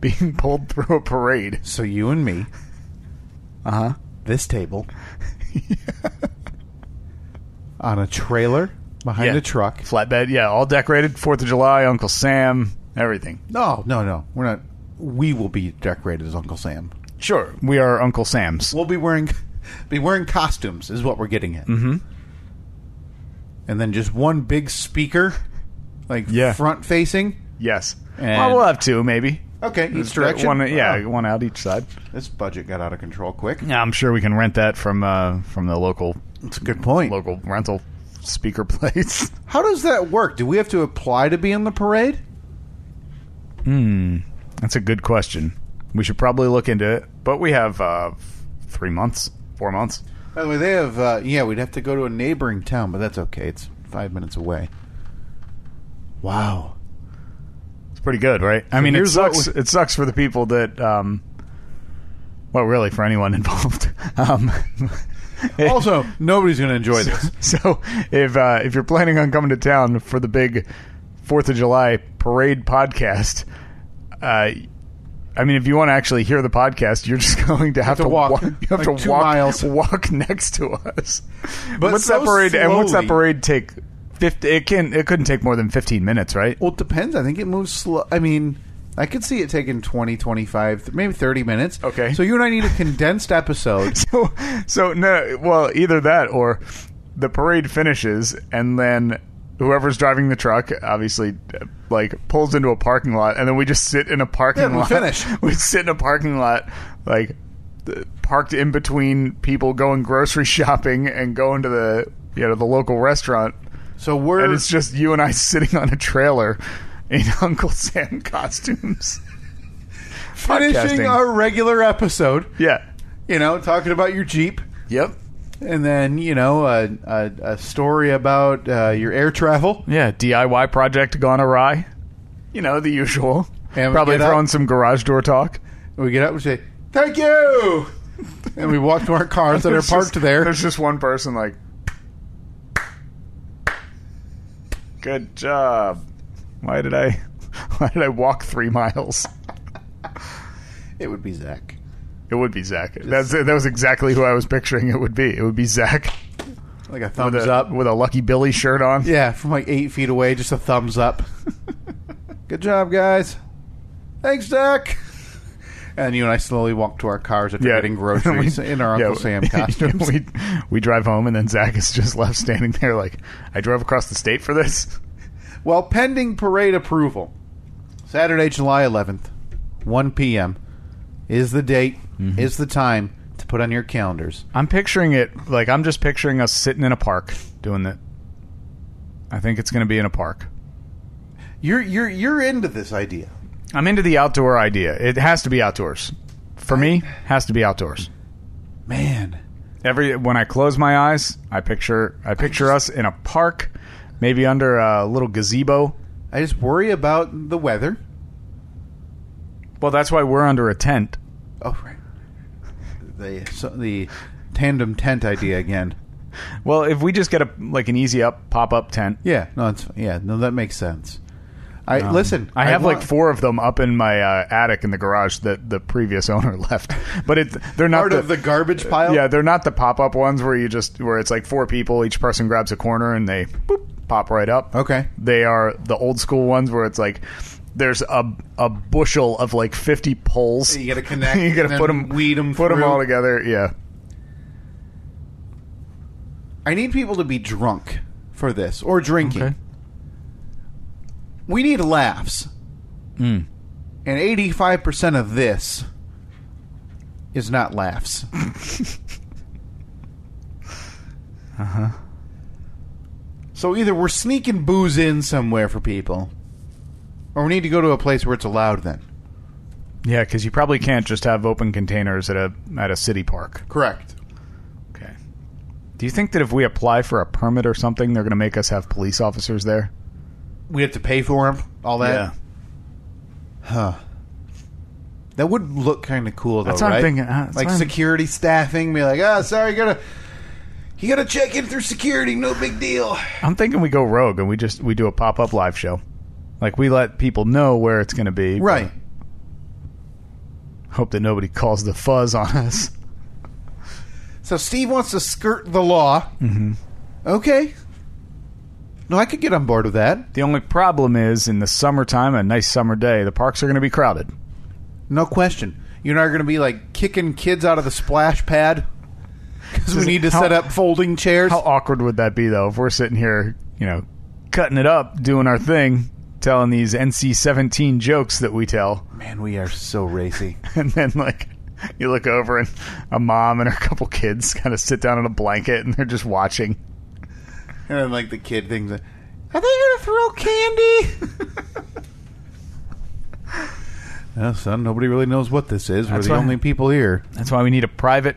Speaker 2: being pulled through a parade.
Speaker 1: So you and
Speaker 2: <laughs>
Speaker 1: me,
Speaker 2: Uh huh.
Speaker 1: this table, <laughs> on a trailer behind
Speaker 2: Yeah.
Speaker 1: a truck.
Speaker 2: Flatbed, yeah, all decorated. Fourth of July, Uncle Sam, everything.
Speaker 1: No, no, no. We're not. We will be decorated as Uncle Sam.
Speaker 2: Sure. We are Uncle Sam's.
Speaker 1: We'll be wearing <laughs> be wearing costumes is what we're getting at.
Speaker 2: Mhm.
Speaker 1: And then just one big speaker, like
Speaker 2: Yeah.
Speaker 1: front facing.
Speaker 2: Yes.
Speaker 1: And-
Speaker 2: well, we'll have two, maybe.
Speaker 1: Okay, each direction.
Speaker 2: One, yeah,
Speaker 1: Wow.
Speaker 2: one out each side.
Speaker 1: This budget got out of control quick.
Speaker 2: Yeah, I'm sure we can rent that from uh, from the local
Speaker 1: That's a good point.
Speaker 2: local rental speaker <laughs> place.
Speaker 1: How does that work? Do we have to apply to be in the parade?
Speaker 2: Hmm. That's a good question. We should probably look into it, but we have uh, three months, four months.
Speaker 1: By the way, they have. Uh, yeah, we'd have to go to a neighboring town, but that's okay. It's five minutes away. <laughs> Wow.
Speaker 2: It's pretty good, right? I mean, it
Speaker 1: here's what
Speaker 2: sucks. It sucks for the people that, um, well, really for anyone <laughs> involved. Um,
Speaker 1: Also, nobody's going to enjoy this.
Speaker 2: <laughs> so if uh, if you're planning on coming to town for the big Fourth of July parade podcast, uh, I mean, if you want to actually hear the podcast, you're just <laughs> going to have,
Speaker 1: to walk,
Speaker 2: You have
Speaker 1: like
Speaker 2: to
Speaker 1: two
Speaker 2: walk
Speaker 1: miles.
Speaker 2: walk <laughs> next to us.
Speaker 1: But
Speaker 2: what's
Speaker 1: so
Speaker 2: that parade? And what's that
Speaker 1: slowly.
Speaker 2: parade take? 50, it can it couldn't take more than 15 minutes, right?
Speaker 1: Well, it depends. I think it moves slow. I mean, I could see it taking 20, 25, th- maybe 30 minutes.
Speaker 2: Okay.
Speaker 1: So you and I need a condensed
Speaker 2: <laughs>
Speaker 1: episode.
Speaker 2: so so no well either that or the parade finishes and then whoever's driving the truck obviously uh, like pulls into a parking lot and then we just sit in a parking
Speaker 1: Yeah, we
Speaker 2: lot
Speaker 1: finish.
Speaker 2: <laughs> we sit in a parking lot like th- parked in between people going grocery <laughs> shopping and going to the you know the local restaurant
Speaker 1: So we're.
Speaker 2: and it's just you and I <laughs> sitting on a trailer in <laughs> Uncle Sam costumes
Speaker 1: finishing
Speaker 2: podcasting.
Speaker 1: our regular episode,
Speaker 2: yeah
Speaker 1: you know, talking about your Jeep.
Speaker 2: yep
Speaker 1: And then, you know, a, a, a story about uh, your air travel.
Speaker 2: Yeah, DIY project gone awry. You know, the usual.
Speaker 1: And we
Speaker 2: Probably
Speaker 1: get up-
Speaker 2: throwing some garage door talk.
Speaker 1: We get up and say, Thank
Speaker 2: <laughs>
Speaker 1: you! And we walk to our cars that are
Speaker 2: There's
Speaker 1: parked
Speaker 2: just-
Speaker 1: there.
Speaker 2: There's just one person like, good job. Why did I? <laughs> Why did I walk three miles?
Speaker 1: It would be Zach.
Speaker 2: It would be Zach. That's that was exactly who I was picturing. It would be. It would be Zach
Speaker 1: Like a thumbs
Speaker 2: with a
Speaker 1: up.
Speaker 2: with a Lucky Billy shirt on.
Speaker 1: Yeah, from like eight feet away, just a thumbs up. <laughs> Good job, guys. Thanks, Zach. And you and I slowly walk to our cars after getting groceries
Speaker 2: <laughs> We-
Speaker 1: in our Uncle
Speaker 2: <laughs> yeah,
Speaker 1: Sam
Speaker 2: we-
Speaker 1: costumes.
Speaker 2: we, <laughs> we drive home, and then Zach is just left standing there, like, I drove across the state for this.
Speaker 1: well, pending parade approval, Saturday, July 11th, 1 p.m. is the date,
Speaker 2: Mm-hmm.
Speaker 1: is the time to put on your calendars.
Speaker 2: I'm picturing it like I'm just picturing us sitting in a park doing that. I think it's going to be in a park.
Speaker 1: You're you're you're into this idea.
Speaker 2: I'm into the outdoor idea. It has to be outdoors. For me, has to be outdoors.
Speaker 1: Man,
Speaker 2: Every when I close my eyes, I picture I picture us in a park, maybe under a little gazebo.
Speaker 1: I just worry about the weather.
Speaker 2: Well, that's why we're under a tent.
Speaker 1: Oh, right. The so, the tandem tent idea again.
Speaker 2: Well, if we just get a like an easy up pop up tent.
Speaker 1: Yeah, no, it's yeah, no, that makes sense. I
Speaker 2: Um,
Speaker 1: listen.
Speaker 2: I have
Speaker 1: want-
Speaker 2: like four of them up in my uh, attic in the garage that the previous <laughs> owner left, but it they're not
Speaker 1: part of Uh, the garbage pile.
Speaker 2: Yeah, they're not the pop up ones where you just where it's like four people, each person grabs a corner and they boop, pop right up.
Speaker 1: Okay.
Speaker 2: They are the old school ones where it's like there's a a bushel of like fifty poles.
Speaker 1: <laughs> <laughs> You gotta connect
Speaker 2: <laughs> you gotta
Speaker 1: and
Speaker 2: put
Speaker 1: then
Speaker 2: them
Speaker 1: weed 'em
Speaker 2: put
Speaker 1: through.
Speaker 2: them all together. Yeah.
Speaker 1: I need people to be drunk for this or drinking. We need laughs. Hmm. And eighty-five percent of this is not <laughs> laughs. uh huh. Uh-huh. So either we're sneaking booze in somewhere for people, or we need to go to a place where it's allowed. Then
Speaker 2: Yeah, because you probably can't just have open containers at a at a city park.
Speaker 1: correct.
Speaker 2: Okay. Do you think that if we apply for a permit or something, they're going to make us have police officers there?
Speaker 1: We have to pay for them. All that. That would look kind of cool, though,
Speaker 2: That's what I'm
Speaker 1: right?
Speaker 2: thinking. Uh, that's
Speaker 1: like
Speaker 2: what I'm-
Speaker 1: security staffing, be like, "Ah, sorry, you gotta, you gotta check in through security. No big deal."
Speaker 2: I'm thinking we go rogue and we just we do a pop up live show, like we let people know where it's going to be. but
Speaker 1: Right.
Speaker 2: Hope that nobody calls the fuzz on us.
Speaker 1: So Steve wants to skirt the law. Mm-hmm. Okay. No, I could get on board with that.
Speaker 2: The only problem is in the summertime, a nice summer day, the parks are going to be crowded.
Speaker 1: No question. you and I are going to be like kicking kids out of the splash pad because we
Speaker 2: Just
Speaker 1: need to
Speaker 2: how-
Speaker 1: set up folding chairs.
Speaker 2: How awkward would that be, though, if we're sitting here, you know, cutting it up, doing our thing, telling these NC 17 jokes that we tell, <laughs>
Speaker 1: Man, we are so racy.
Speaker 2: and then, like, you look over and a mom and her couple kids <laughs> kind of sit down on a blanket and they're just watching.
Speaker 1: and then, like the kid thinks, "Are they going to throw candy?" <laughs> No, son. Nobody really knows what this is.
Speaker 2: That's
Speaker 1: We're the
Speaker 2: why-
Speaker 1: only people here.
Speaker 2: That's why we need a private.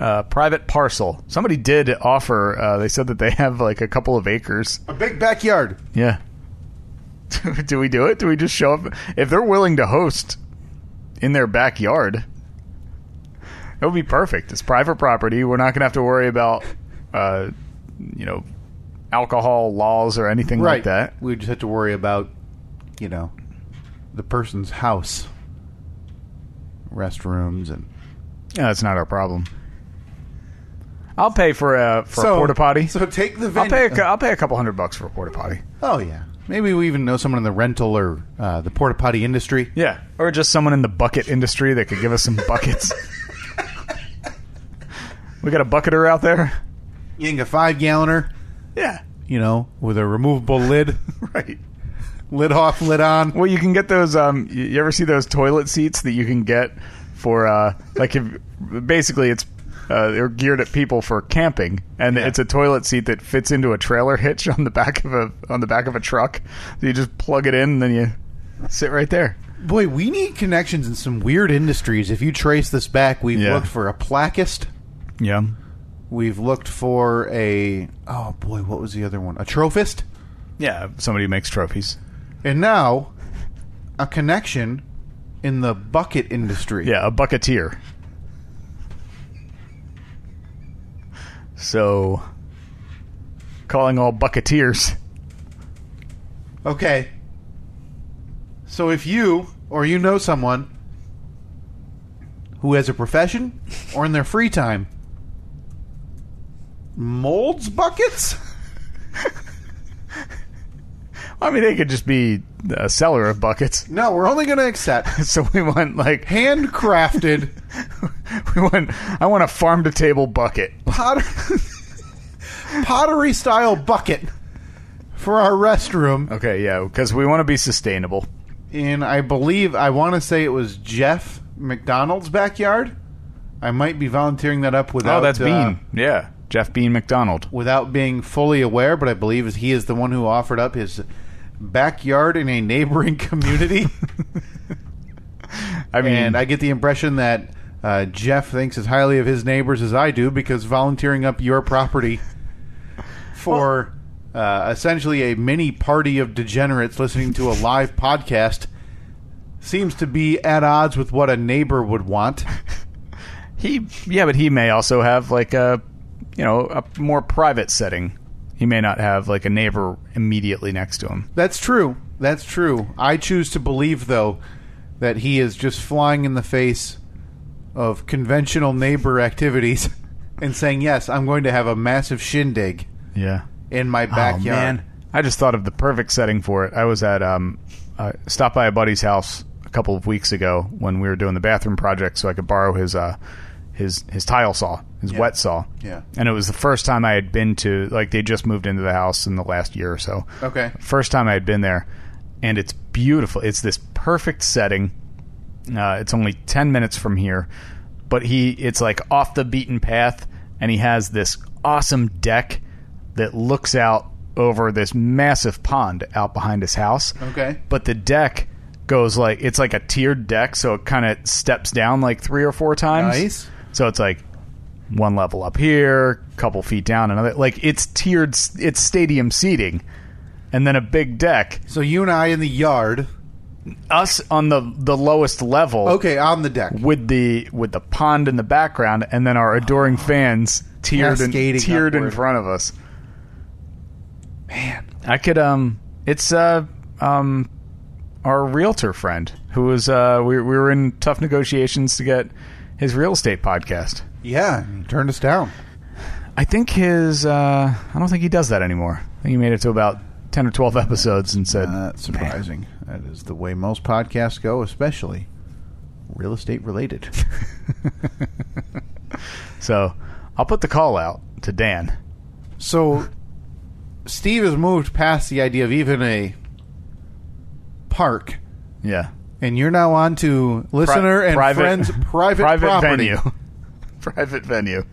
Speaker 2: Uh, private parcel. Somebody did offer. Uh, they said that they have like a couple of acres.
Speaker 1: A big backyard.
Speaker 2: Yeah. <laughs> Do we do it? Do we just show up? If they're willing to host in their backyard, that would be perfect. It's private property. We're not going to have to worry about, uh, you know, alcohol laws or anything like that.
Speaker 1: We just have to worry about, you know, the person's house, restrooms, and
Speaker 2: Yeah, that's not our problem. I'll pay for a for
Speaker 1: So-
Speaker 2: a porta potty.
Speaker 1: So take the.
Speaker 2: I'll
Speaker 1: Venue.
Speaker 2: pay. A, cou- I'll pay a couple hundred bucks for a porta potty.
Speaker 1: oh yeah, maybe we even know someone in the rental or uh, the porta potty industry.
Speaker 2: Yeah, or just someone in the bucket industry that could give us some buckets. <laughs> we got a bucketer out there.
Speaker 1: You can get a five galloner,
Speaker 2: Yeah.
Speaker 1: you know, with a removable <laughs> lid,
Speaker 2: Right.
Speaker 1: lid off, lid on.
Speaker 2: Well, you can get those. Um, you you ever see those toilet seats that you can get for uh, like if basically it's uh, they're geared at people for camping, and it's a toilet seat that fits into a trailer hitch on the back of a on the back of a truck. So you just plug it in, and then you sit right there.
Speaker 1: Boy, we need connections in some weird industries. If you trace this back, we've
Speaker 2: Yeah.
Speaker 1: looked for a plaquist.
Speaker 2: Yeah.
Speaker 1: We've looked for a oh boy, what was the other one? A trophist.
Speaker 2: Yeah. Somebody who makes trophies.
Speaker 1: And now, a connection in the bucket industry.
Speaker 2: Yeah, a bucketeer. So, calling all bucketeers.
Speaker 1: Okay. So if you or you know someone who has a profession or in their free time molds buckets,
Speaker 2: I mean, they could just be a seller of buckets.
Speaker 1: no, we're only going to accept
Speaker 2: <laughs> So we want like
Speaker 1: handcrafted
Speaker 2: <laughs> we want I want a farm to table bucket.
Speaker 1: pot- <laughs> pottery style bucket for our restroom.
Speaker 2: Okay, yeah, because we want to be sustainable.
Speaker 1: in I believe I want to say it was Jeff McDonald's backyard. I might be volunteering that up without
Speaker 2: oh, that's
Speaker 1: uh,
Speaker 2: Bean. Yeah, Jeff Bean McDonald.
Speaker 1: without being fully aware, but I believe is he is the one who offered up his backyard in a neighboring <laughs> community,
Speaker 2: I mean,
Speaker 1: and I get the impression that uh, Jeff thinks as highly of his neighbors as I do because volunteering up your
Speaker 2: <laughs>
Speaker 1: property for uh, essentially a mini party of degenerates listening to a live podcast. Seems to be at odds with what a neighbor would want.
Speaker 2: he yeah, but he may also have like a you know a more private setting. He may not have like a neighbor immediately next to him.
Speaker 1: That's true. That's true. I choose to believe, though, that he is just flying in the face of conventional neighbor activities <laughs> and saying, "Yes, I'm going to have a massive shindig
Speaker 2: Yeah.
Speaker 1: in
Speaker 2: Oh,
Speaker 1: my backyard."
Speaker 2: I just thought of the perfect setting for it. I was at um, uh, stopped by a buddy's house a couple of weeks ago when we were doing the bathroom project, so I could borrow his uh, his his tile saw, his wet saw.
Speaker 1: Yeah.
Speaker 2: and it was the first time I had been to like they just moved into the house in the last year or so.
Speaker 1: Okay.
Speaker 2: first time I had been there, and it's beautiful. It's this perfect setting. Uh, it's only ten minutes from here, but he it's like off the beaten path, and he has this awesome deck that looks out over this massive pond out behind his house.
Speaker 1: Okay.
Speaker 2: but the deck goes like it's like a tiered deck, so it kind of steps down like three or four times.
Speaker 1: Nice.
Speaker 2: So it's like one level up here, couple feet down, another like it's tiered. s- It's stadium seating. And then a big deck.
Speaker 1: So you and I in the yard.
Speaker 2: Us on the the lowest level.
Speaker 1: Okay, on the deck.
Speaker 2: with the with the pond in the background, and then our adoring fans tiered and
Speaker 1: Cascading
Speaker 2: tiered in
Speaker 1: Oh. upward.
Speaker 2: front of us. Man, I could um, it's uh um, our realtor friend who was uh we we were in tough negotiations to get his real estate podcast.
Speaker 1: Yeah, he turned us down.
Speaker 2: I think his uh I don't think he does that anymore. I think he made it to about ten or twelve
Speaker 1: Uh,
Speaker 2: episodes and said
Speaker 1: That's surprising. That is the way most podcasts go, especially real estate <laughs> related.
Speaker 2: So I'll put the call out to Dan.
Speaker 1: so Steve has moved past the idea of even a park,
Speaker 2: Yeah.
Speaker 1: and you're now on to listener and <laughs>
Speaker 2: private-
Speaker 1: friends private,
Speaker 2: private
Speaker 1: property.
Speaker 2: venue. <laughs> private venue.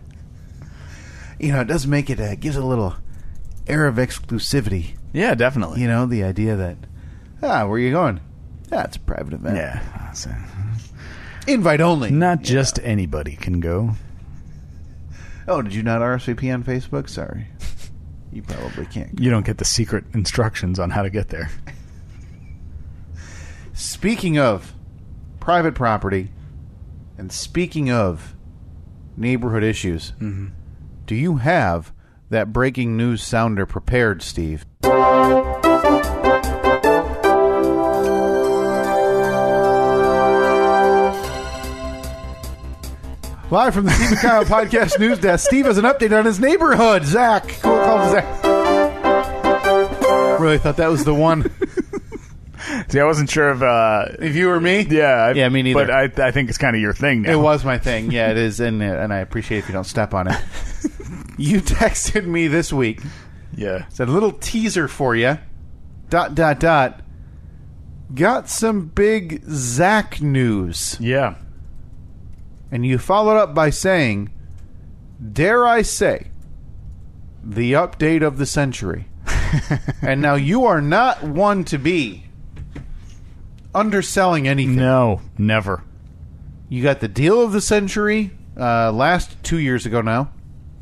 Speaker 1: You know, it does make it uh, gives it a little air of exclusivity.
Speaker 2: Yeah, definitely.
Speaker 1: You know, the idea that ah, where you going? That's a private event.
Speaker 2: Yeah. So
Speaker 1: invite only.
Speaker 2: not just anybody can go.
Speaker 1: Oh, did you not RSVP on Facebook? Sorry, you probably can't.
Speaker 2: You don't get the secret instructions on how to get there.
Speaker 1: Speaking of private property, and speaking of neighborhood issues, do you have that breaking news sounder prepared, Steve? Live from the Steve <laughs> McConnell Podcast News Desk, Steve has an update on his neighborhood. Zach, cool call, Zach. Really thought that was the one.
Speaker 2: See, I wasn't sure if. Uh,
Speaker 1: if you were me,
Speaker 2: yeah. I-
Speaker 1: Yeah, me neither.
Speaker 2: But I, I think it's kind of your thing now.
Speaker 1: It was my thing. Yeah, it is, and and I appreciate if you don't step on it. you texted me this week.
Speaker 2: Yeah.
Speaker 1: Said a little teaser for you. Dot dot dot. Got some big Zach news,
Speaker 2: Yeah.
Speaker 1: and you followed up by saying, "Dare I say, the update of the century." and now you are not one to be underselling anything.
Speaker 2: No, never.
Speaker 1: You got the deal of the century uh, last two years ago now.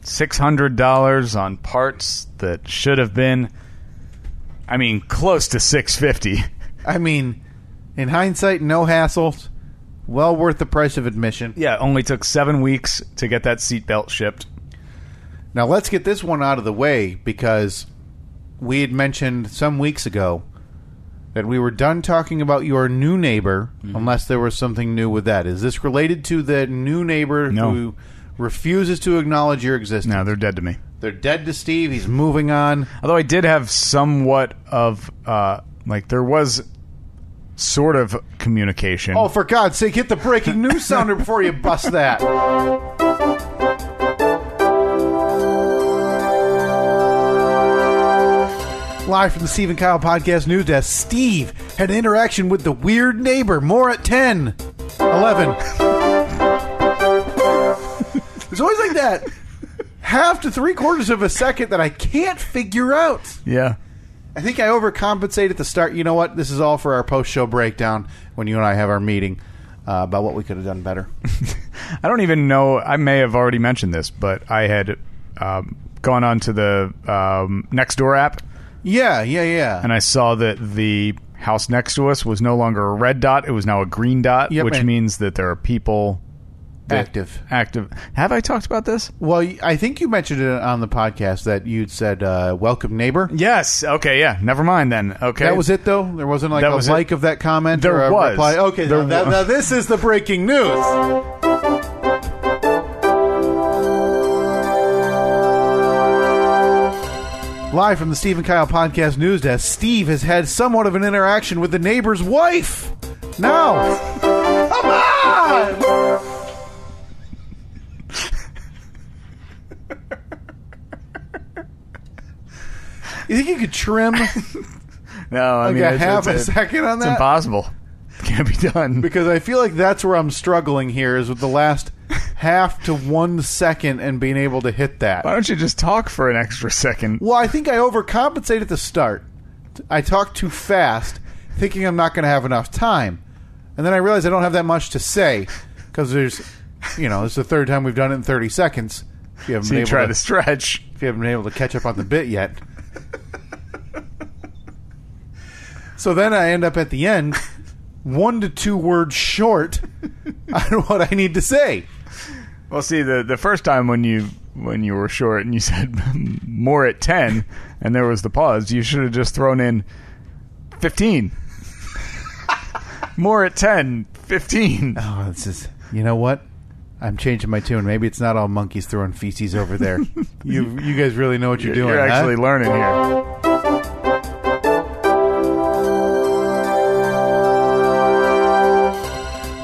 Speaker 2: $600 on parts that should have been, I mean, close to 650
Speaker 1: I mean, in hindsight, no hassles. Well worth the price of admission.
Speaker 2: <laughs> Yeah, only took seven weeks to get that seatbelt shipped.
Speaker 1: Now, let's get this one out of the way because we had mentioned some weeks ago that we were done talking about your new neighbor
Speaker 2: Mm-hmm.
Speaker 1: unless there was something new with that. Is this related to the new neighbor
Speaker 2: No.
Speaker 1: who refuses to acknowledge your existence?
Speaker 2: No, they're dead to me.
Speaker 1: They're dead to Steve. He's moving on.
Speaker 2: Although I did have somewhat of, uh, like, there was sort of communication.
Speaker 1: Oh, for God's sake, hit the breaking news sounder before you bust that. Live from the Steve and Kyle Podcast News Desk, Steve had an interaction with the weird neighbor. More at 10, 11. it's always like that. Half to three quarters of a second that I can't figure out.
Speaker 2: yeah.
Speaker 1: I think I overcompensate at the start. You know what? This is all for our post show breakdown when you and I have our meeting uh, about what we could have done better.
Speaker 2: I don't even know. I may have already mentioned this, but I had um, gone on to the um, Nextdoor app
Speaker 1: yeah, yeah, yeah.
Speaker 2: and I saw that the house next to us was no longer a red dot; it was now a green dot,
Speaker 1: Yep,
Speaker 2: which
Speaker 1: and-
Speaker 2: means that there are people
Speaker 1: Active.
Speaker 2: active. Have I talked about this?
Speaker 1: Well, y- I think you mentioned it on the podcast that you'd said uh, "Welcome Neighbor."
Speaker 2: Yes. Okay. Yeah. Never mind then. Okay.
Speaker 1: That was it, though. There wasn't like
Speaker 2: That
Speaker 1: a
Speaker 2: was it.
Speaker 1: like of that comment.
Speaker 2: There
Speaker 1: or a
Speaker 2: was.
Speaker 1: Reply. Okay,
Speaker 2: There
Speaker 1: now, that-
Speaker 2: wa-
Speaker 1: now this is the breaking news. Live from the Steve and Kyle Podcast News Desk, Steve has had somewhat of an interaction with the neighbor's wife. Now, come on! You think you could trim
Speaker 2: No. I
Speaker 1: like
Speaker 2: mean,
Speaker 1: a
Speaker 2: it's-
Speaker 1: half
Speaker 2: it's-
Speaker 1: a second on
Speaker 2: It's
Speaker 1: that?
Speaker 2: impossible. <laughs> Can't be done.
Speaker 1: because I feel like that's where I'm struggling here is with the last half to one second and being able to hit that.
Speaker 2: Why don't you just talk for an extra second?
Speaker 1: Well, I think I overcompensate at the start. I talk too fast, thinking I'm not going to have enough time, and then I realize I don't have that much to say because there's, you know, it's the third time we've done it in 30 seconds. If you haven't,
Speaker 2: So
Speaker 1: been
Speaker 2: you
Speaker 1: able
Speaker 2: try
Speaker 1: to,
Speaker 2: to stretch.
Speaker 1: if you haven't been able to catch up on the bit yet. so then I end up at the end, one to two words short on <laughs> what I need to say.
Speaker 2: Well, see, the the first time when you when you were short and you <laughs> said more at ten, and there was the pause, you should have just thrown in fifteen. more at 10, 15.
Speaker 1: Oh, this is. You know what? I'm changing my tune. Maybe it's not all monkeys throwing feces over
Speaker 2: <laughs>
Speaker 1: there. you you guys really know what you're,
Speaker 2: You're,
Speaker 1: doing. huh?
Speaker 2: actually learning here.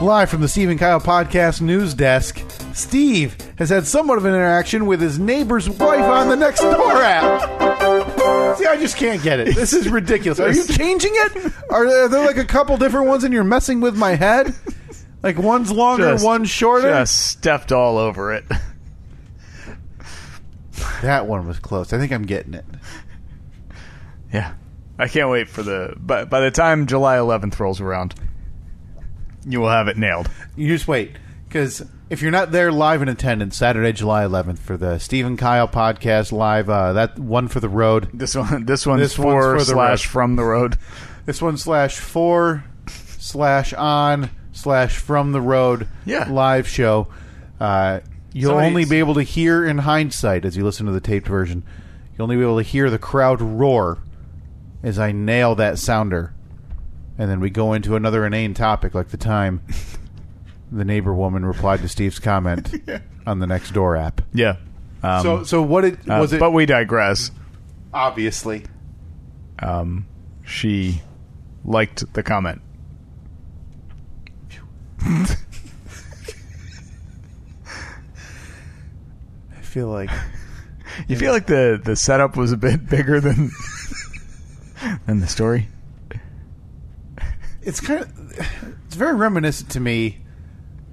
Speaker 1: Live from the Steve and Kyle podcast news desk, Steve has had somewhat of an interaction with his neighbor's wife on the next door app. See, I just can't get it. This is ridiculous. Are
Speaker 2: <laughs>
Speaker 1: you changing it? Are there, are there like a couple different ones and you're messing with my head? Like one's longer,
Speaker 2: Just-
Speaker 1: one's shorter?
Speaker 2: Just stepped all over it.
Speaker 1: That one was close. I think I'm getting it.
Speaker 2: Yeah. I can't wait for the. By, by the time July 11th rolls around, you will have it nailed.
Speaker 1: You just wait, because if you're not there live in attendance Saturday, July 11th for the Steve and Kyle podcast live, uh, that one for the road,
Speaker 2: This one, this one's
Speaker 1: This one's
Speaker 2: for
Speaker 1: for the
Speaker 2: slash
Speaker 1: road.
Speaker 2: from the road.
Speaker 1: this one slash four slash on slash from the road
Speaker 2: Yeah.
Speaker 1: live show. Uh, you'll
Speaker 2: Somebody-
Speaker 1: only be able to hear in hindsight as you listen to the taped version. You'll only be able to hear the crowd roar as I nail that sounder, and then we go into another inane topic like the <laughs> time. The neighbor woman replied to Steve's comment <laughs> on the next door app.
Speaker 2: Yeah. Um,
Speaker 1: So, so what it
Speaker 2: uh,
Speaker 1: was it?
Speaker 2: But we digress.
Speaker 1: obviously,
Speaker 2: Um, she liked the comment.
Speaker 1: I feel like
Speaker 2: You feel like the, the setup was a bit <laughs> bigger than than the story.
Speaker 1: it's kind of it's very reminiscent to me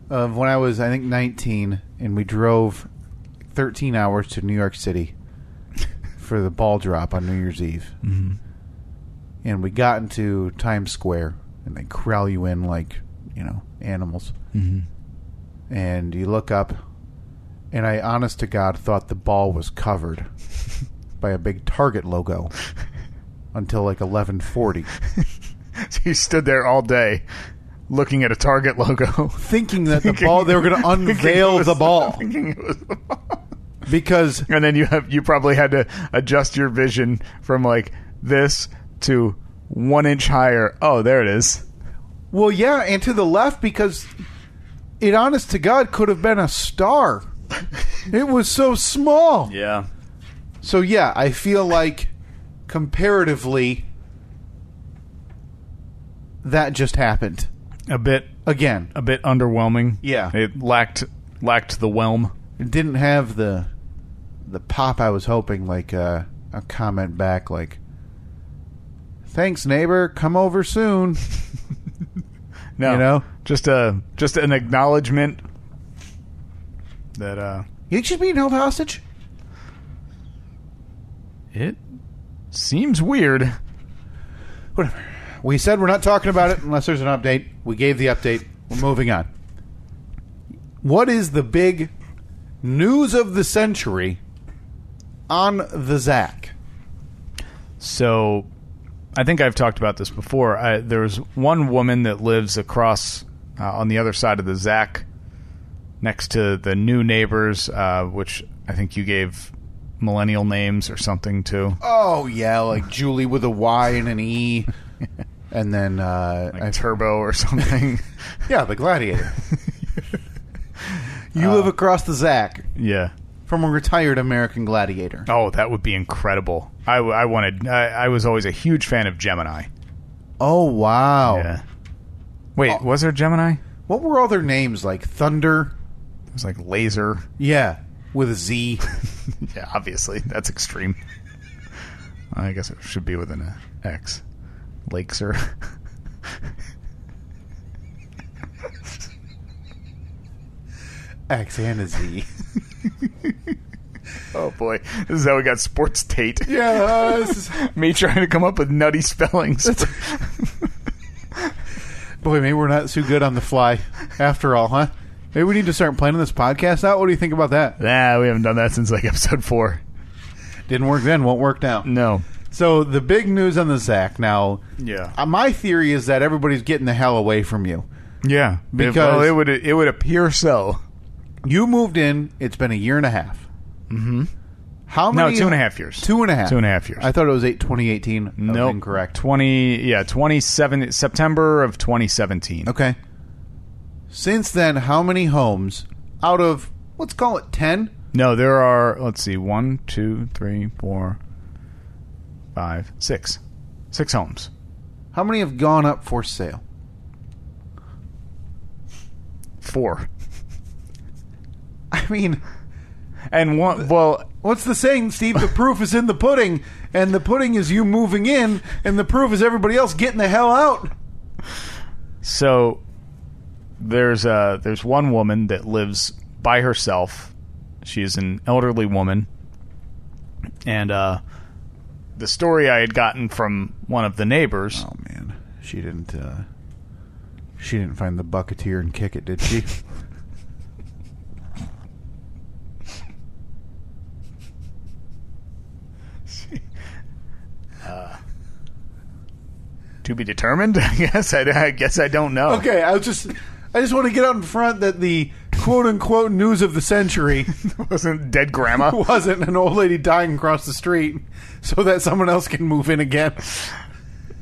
Speaker 1: of when I was I think 19 and we drove 13 hours to New York City for the ball drop on New Year's Eve. Mm-hmm. And we got into Times Square and they corral you in like, you know, animals. Mm-hmm. And you look up and I honest to god thought the ball was <laughs> covered by a big Target logo until like 11:40.
Speaker 2: So <laughs> you stood there all day looking at a Target logo. <laughs>
Speaker 1: thinking that the ball they were going to
Speaker 2: Thinking it
Speaker 1: unveil
Speaker 2: <laughs> was-
Speaker 1: the ball
Speaker 2: thinking it was the ball.
Speaker 1: because
Speaker 2: And then you have you probably had to adjust your vision from like this to one inch higher. Oh, there it is.
Speaker 1: well yeah and to the left because it honest to god could have been a star it was so small
Speaker 4: Yeah.
Speaker 1: so yeah i feel like comparatively that just happened
Speaker 2: A bit
Speaker 1: again
Speaker 2: a bit underwhelming.
Speaker 1: Yeah.
Speaker 2: It lacked lacked the whelm.
Speaker 1: it didn't have the the pop i was hoping like uh, a comment back like thanks neighbor come over soon
Speaker 2: No.
Speaker 1: You know?
Speaker 2: Just a just an acknowledgement that uh
Speaker 1: you think she's being held hostage
Speaker 2: it seems weird.
Speaker 1: whatever. We said we're not talking about it unless there's an update. We gave the update. We're moving on. What is the big news of the century on the Zach?
Speaker 2: So, I think I've talked about this before. I, there's one woman that lives across uh, on the other side of the Zach, next to the new neighbors, uh, which I think you gave millennial names or something to.
Speaker 1: Oh yeah, like Julie with a Y and an E, <laughs> and then uh,
Speaker 2: Like Turbo or something.
Speaker 1: yeah, the Gladiator. <laughs> Uh, you live across the Zach
Speaker 2: yeah.
Speaker 1: from a retired American gladiator.
Speaker 2: Oh, that would be incredible. I, w- I wanted. I, I was always a huge fan of Gemini.
Speaker 1: Oh wow!
Speaker 2: Yeah. Wait, was there Gemini? It
Speaker 1: What were all their names like? Thunder.
Speaker 2: was like Laser.
Speaker 1: Yeah, with a Z.
Speaker 2: <laughs> Yeah, obviously. That's extreme. <laughs> I guess it should be with an uh, X. <laughs> Lakeser.
Speaker 1: X and a Z.
Speaker 2: Oh boy. This is how we got sports Tate.
Speaker 1: Yeah, this is-
Speaker 2: <laughs> Me trying to come up with nutty spellings. <laughs>
Speaker 1: boy, maybe we're not too good on the fly after all, huh? Maybe we need to start planning this podcast out. What do you think about that?
Speaker 2: nah, we haven't done that since like episode four.
Speaker 1: Didn't work then, won't work now.
Speaker 2: No.
Speaker 1: So the big news on the Zach now.
Speaker 2: Yeah.
Speaker 1: uh, my theory is that everybody's getting the hell away from you.
Speaker 2: Yeah.
Speaker 1: Because-
Speaker 2: well, it would it would appear so.
Speaker 1: You moved in. It's been a year and a half. Mm-hmm. How
Speaker 2: No,
Speaker 1: many?
Speaker 2: two and a half years.
Speaker 1: Two and a half.
Speaker 2: Two and a half years.
Speaker 1: I thought it was eight, 2018. That was
Speaker 2: Nope.
Speaker 1: incorrect.
Speaker 2: Twenty yeah, twenty seven September of twenty seventeen.
Speaker 1: Okay. Since then, how many homes out of let's call it ten?
Speaker 2: No, there are. Let's see, one, two, three, four, five, six, six homes.
Speaker 1: How many have gone up for sale?
Speaker 2: four.
Speaker 1: <laughs> I mean,
Speaker 2: And one, well,
Speaker 1: what's the saying, Steve? The proof is in the pudding, and the pudding is you moving in, and the proof is everybody else getting the hell out.
Speaker 2: So there's uh there's one woman that lives by herself. She is an elderly woman, and uh, the story I had gotten from one of the neighbors.
Speaker 1: Oh man, she didn't. uh She didn't find the bucketeer and kick it, did <laughs> she?
Speaker 2: To be determined, <laughs> I guess. I, I guess I don't know.
Speaker 1: okay, I was just. I just want to get out in front that the quote unquote news of the <laughs> century
Speaker 2: <laughs> wasn't
Speaker 1: <laughs>
Speaker 2: dead grandma.
Speaker 1: wasn't an old lady dying across the street so that someone else can move in again.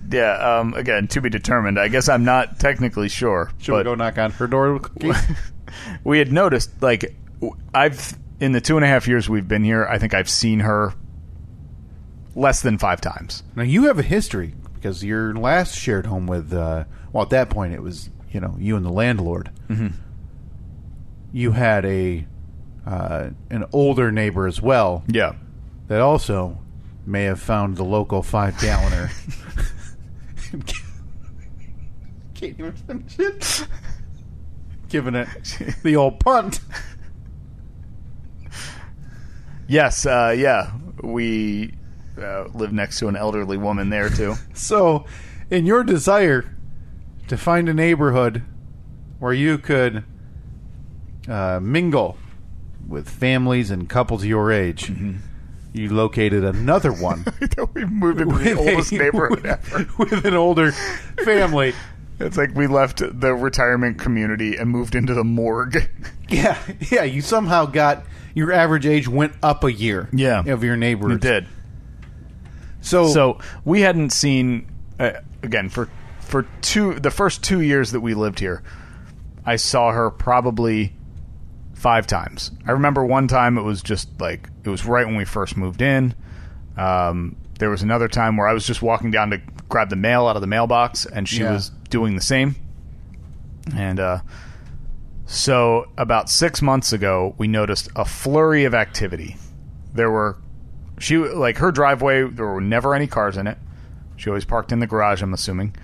Speaker 2: yeah. Um. Again, to be determined. I guess I'm not technically sure.
Speaker 1: Should we
Speaker 2: but
Speaker 1: go knock on her door with cookies?
Speaker 2: we had noticed like w- i've in the two and a half years we've been here i think i've seen her less than five times
Speaker 1: now you have a history because your last shared home with uh, well at that point it was you know you and the landlord. Mm-hmm. You had a uh, an older neighbor as well
Speaker 2: yeah
Speaker 1: that also may have found the local five galloner. Can't even finish it. Giving it the old punt.
Speaker 2: yes uh yeah we uh, live next to an elderly woman there <laughs> too
Speaker 1: So, in your desire to find a neighborhood where you could uh, mingle with families and couples your age,
Speaker 2: Mm-hmm.
Speaker 1: you located another
Speaker 2: <laughs>
Speaker 1: one
Speaker 2: we moved into the <laughs> oldest neighborhood ever
Speaker 1: <laughs> with an older family.
Speaker 2: it's like we left the retirement community and moved into the morgue
Speaker 1: Yeah, yeah. You somehow got your average age went up a year.
Speaker 2: Yeah.
Speaker 1: of your neighbors.
Speaker 2: we did
Speaker 1: So,
Speaker 2: So we hadn't seen uh, again for for two the first two years that we lived here. I saw her probably five times. I remember one time it was just like it was right when we first moved in. Um, there was another time where I was just walking down to grab the mail out of the mailbox, and she
Speaker 1: Yeah.
Speaker 2: was doing the same. And uh, so, about six months ago, we noticed a flurry of activity. There were she like her driveway. There were never any cars in it. She always parked in the garage. I'm assuming,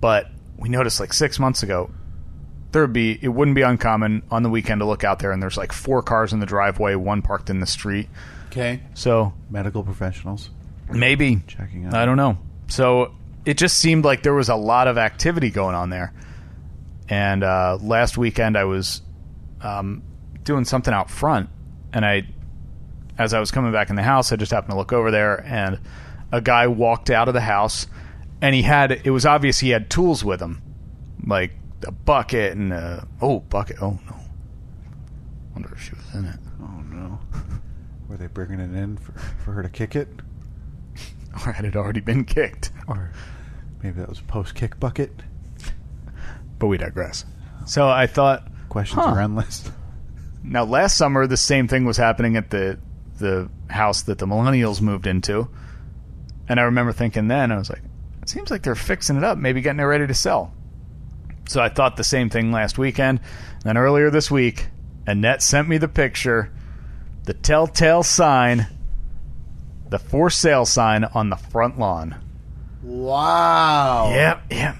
Speaker 2: but we noticed like six months ago, there would be it wouldn't be uncommon on the weekend to look out there and there's like four cars in the driveway, one parked in the street.
Speaker 1: okay,
Speaker 2: So
Speaker 1: medical professionals.
Speaker 2: maybe
Speaker 1: Checking out.
Speaker 2: I don't know. So it just seemed like there was a lot of activity going on there. And uh, last weekend I was um, doing something out front, and I, as I was coming back in the house, I just happened to look over there, and a guy walked out of the house, and he had it was obvious he had tools with him, like a bucket and a oh bucket oh no, wonder if she was in it. <laughs>
Speaker 1: Oh no, were they bringing it in for, for her to kick it?
Speaker 2: or had it already been kicked.
Speaker 1: Or maybe that was post kick bucket.
Speaker 2: But we digress. So I thought,
Speaker 1: Questions
Speaker 2: Huh.
Speaker 1: are endless.
Speaker 2: now last summer the same thing was happening at the the house that the millennials moved into, and I remember thinking then I was like, it seems like they're fixing it up, maybe getting it ready to sell. So I thought the same thing last weekend. Then earlier this week, Annette sent me the picture, the telltale sign, the for sale sign on the front lawn.
Speaker 1: Wow.
Speaker 2: Yep, yep.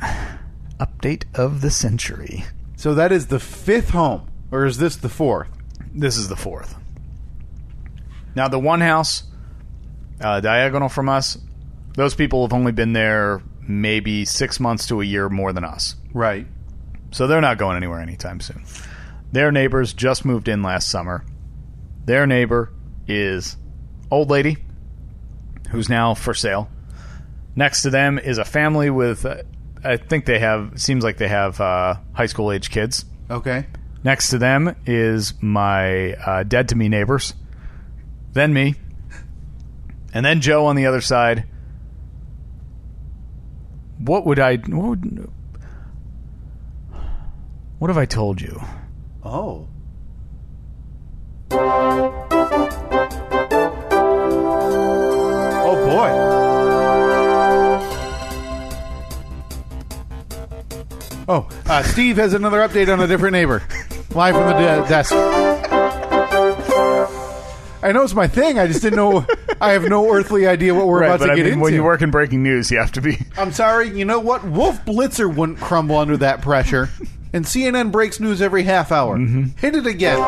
Speaker 2: Update of the century.
Speaker 1: So that is the fifth home, or is this the fourth?
Speaker 2: This is the fourth. Now, the one house uh, diagonal from us, those people have only been there maybe six months to a year more than us.
Speaker 1: Right.
Speaker 2: So they're not going anywhere anytime soon. Their neighbors just moved in last summer. Their neighbor is old lady who's now for sale. Next to them is a family with, uh, I think they have, seems like they have uh, high school age kids.
Speaker 1: Okay.
Speaker 2: Next to them is my uh, dead to me neighbors, then me, and then Joe on the other side. What would I? What, would, what have I told you?
Speaker 1: Oh. Oh boy. Oh, uh, Steve has another update on a different neighbor. Live from the de- desk. I know it's my thing. I just didn't
Speaker 2: <laughs>
Speaker 1: know. I have no earthly idea what we're
Speaker 2: right,
Speaker 1: about
Speaker 2: but
Speaker 1: to
Speaker 2: I
Speaker 1: get
Speaker 2: mean,
Speaker 1: into.
Speaker 2: when you work in breaking news, you have to be.
Speaker 1: I'm sorry. You know what? Wolf Blitzer wouldn't crumble under that
Speaker 2: <laughs>
Speaker 1: pressure. And CNN breaks news every half hour.
Speaker 2: Mm-hmm.
Speaker 1: Hit it again.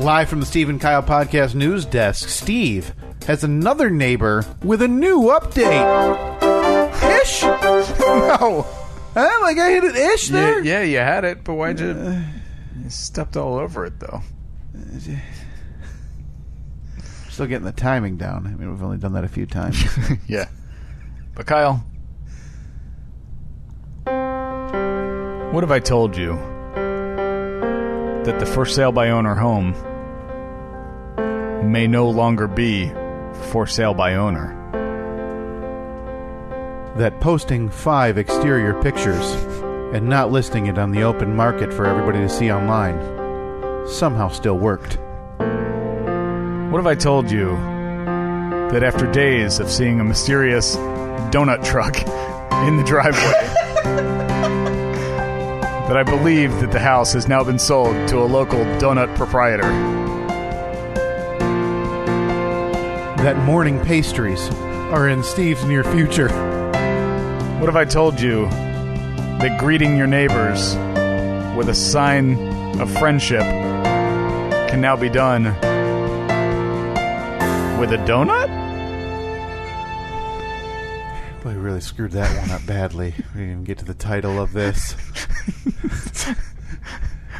Speaker 1: Live from the Steve and Kyle Podcast news desk, Steve has another neighbor with a new update. Ish? <laughs> No. Huh? Like I hit an ish there?
Speaker 2: yeah, you had it, but why'd you? You stepped all over it though.
Speaker 1: Still getting the timing down. I mean, we've only done that a few times.
Speaker 2: Yeah, but Kyle, what have I told you? That the for sale by owner home may no longer be for sale by owner.
Speaker 1: that posting five exterior pictures and not listing it on the open market for everybody to see online somehow still worked.
Speaker 2: What have I told you? That after days of seeing a mysterious donut truck <laughs> in the driveway, <laughs> that I believe that the house has now been sold to a local donut proprietor.
Speaker 1: That morning pastries are in Steve's near future.
Speaker 2: What have I told you? That greeting your neighbors with a sign of friendship can now be done with a donut?
Speaker 1: Boy, we really screwed that one up badly. We didn't even get to the title of this.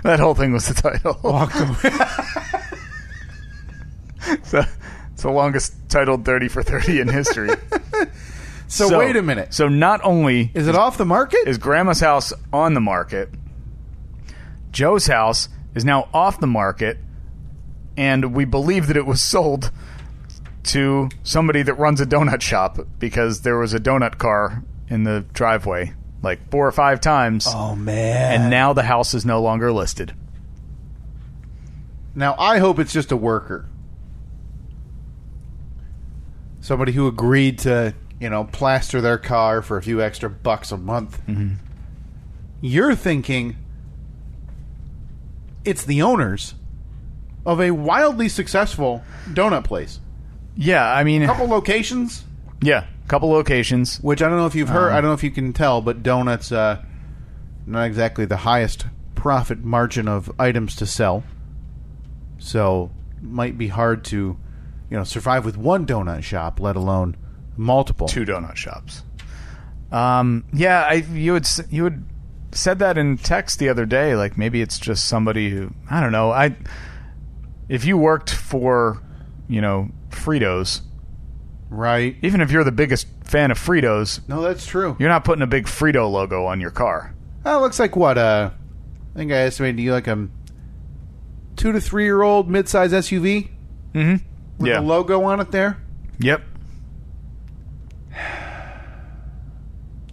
Speaker 2: That whole thing was the title.
Speaker 1: Walk the-
Speaker 2: <laughs> It's the, it's the longest titled 30 for 30 in history.
Speaker 1: so, wait a minute.
Speaker 2: So not only
Speaker 1: Is it off the market?
Speaker 2: is Grandma's house on the market, Joe's house is now off the market, and we believe that it was <laughs> sold to somebody that runs a donut shop because there was a donut car in the driveway like four or five times,
Speaker 1: oh man.
Speaker 2: and now the house is no longer listed.
Speaker 1: Now I hope it's just a worker. Somebody who agreed to, you know, plaster their car for a few extra bucks a month. You're thinking it's the owners of a wildly successful donut place.
Speaker 2: Yeah, I mean,
Speaker 1: couple locations,
Speaker 2: yeah, couple locations.
Speaker 1: which I don't know if you've heard,
Speaker 2: Um,
Speaker 1: I don't know if you can tell, but donuts uh not exactly the highest profit margin of items to sell. So might be hard to, you know, survive with one donut shop, let alone multiple.
Speaker 2: two donut shops. Um, yeah, I you had s- you had said that in text the other day. Like maybe it's just somebody who I don't know. I if you worked for you know Fritos,
Speaker 1: Right.
Speaker 2: even if you're the biggest fan of Fritos,
Speaker 1: No, that's true.
Speaker 2: you're not putting a big Frito logo on your car.
Speaker 1: That looks like what, uh I think I estimated you like a two to three year old mid size SUV
Speaker 2: Mm-hmm.
Speaker 1: with
Speaker 2: Yeah.
Speaker 1: a logo on it there.
Speaker 2: yep.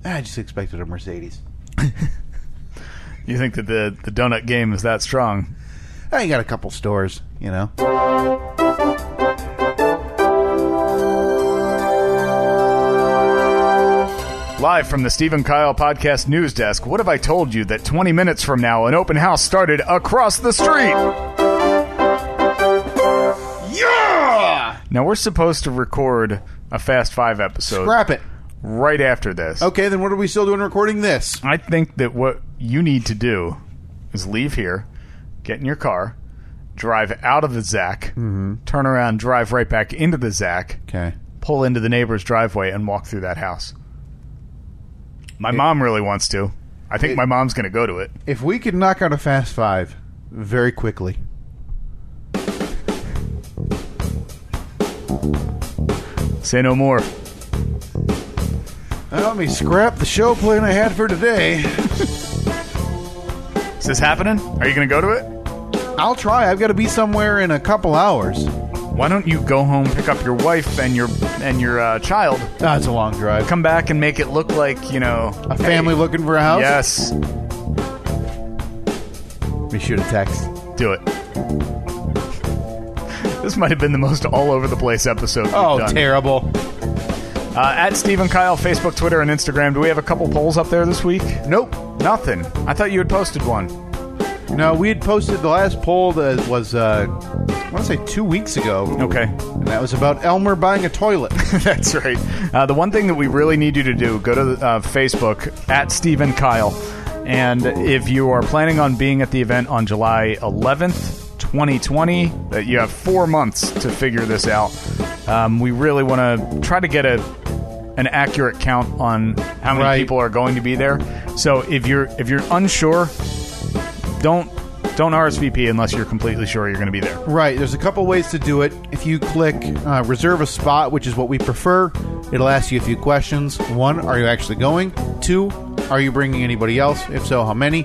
Speaker 1: I just expected a Mercedes.
Speaker 2: You think that the the donut game is that strong?
Speaker 1: I got a couple stores, you know.
Speaker 2: Live from the Stephen Kyle Podcast News Desk, what have I told you that 20 minutes from now an open house started across the street? Yeah! Now we're supposed to record a Fast Five episode
Speaker 1: Scrap it.
Speaker 2: right after this.
Speaker 1: Okay, then what are we still doing recording this?
Speaker 2: I think that what you need to do is leave here, get in your car, drive out of the Zac,
Speaker 1: Mm-hmm.
Speaker 2: turn around, drive right back into the Zac,
Speaker 1: Okay.
Speaker 2: pull into the neighbor's driveway and walk through that house. My mom really wants to. I think my mom's going to go to it.
Speaker 1: If we could knock out a fast five very quickly.
Speaker 2: Say no more.
Speaker 1: Uh, Let me scrap the show plan I had for today.
Speaker 2: Is this happening? Are you going to go to it?
Speaker 1: I'll try. I've got to be somewhere in a couple hours.
Speaker 2: Why don't you go home, pick up your wife and your and your uh, child,
Speaker 1: That's Ah, a long drive.
Speaker 2: come back and make it look like you know
Speaker 1: A family looking for a house?
Speaker 2: Yes,
Speaker 1: We shoot a text.
Speaker 2: do it. This might have been the most all over the place episode. We've
Speaker 1: Oh,
Speaker 2: done.
Speaker 1: terrible.
Speaker 2: Uh, at Stephen Kyle, Facebook, Twitter, and Instagram. Do we have a couple polls up there this week?
Speaker 1: Nope.
Speaker 2: Nothing. I thought you had posted one.
Speaker 1: No, we had posted the last poll that was, uh, I want to say two weeks ago.
Speaker 2: Okay.
Speaker 1: And that was about Elmer buying a toilet.
Speaker 2: <laughs> That's right. Uh, the one thing that we really need you to do go to uh, Facebook at Stephen Kyle, and if you are planning on being at the event on July 11th. 2020 that you have four months to figure this out um, we really want to try to get a an accurate count on how many
Speaker 1: Right.
Speaker 2: people are going to be there so if you're if you're unsure don't don't RSVP unless you're completely sure you're going to be there
Speaker 1: Right. There's a couple ways to do it. If you click uh, reserve a spot, which is what we prefer, it'll ask you a few questions. One, are you actually going? Two, are you bringing anybody else? If so, how many?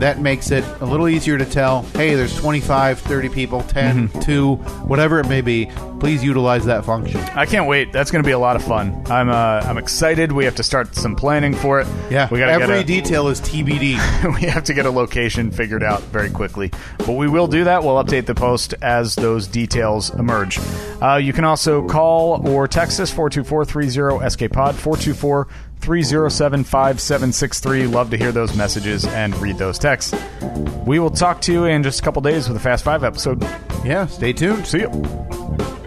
Speaker 1: That makes it a little easier to tell hey, there's 25, 30 people, 10,
Speaker 2: Mm-hmm.
Speaker 1: 2, whatever it may be. Please utilize that function.
Speaker 2: I can't wait. That's going to be a lot of fun. I'm uh, I'm excited. We have to start some planning for it.
Speaker 1: Yeah.
Speaker 2: we got to get
Speaker 1: Every
Speaker 2: a,
Speaker 1: detail is TBD.
Speaker 2: <laughs> we have to get a location figured out very quickly. But we will do that. We'll update the post as those details emerge. Uh, you can also call or text us 424-30 SK Pod 424 307 5763. Love to hear those messages and read those texts. We will talk to you in just a couple days with a Fast Five episode.
Speaker 1: yeah. Stay tuned.
Speaker 2: See you.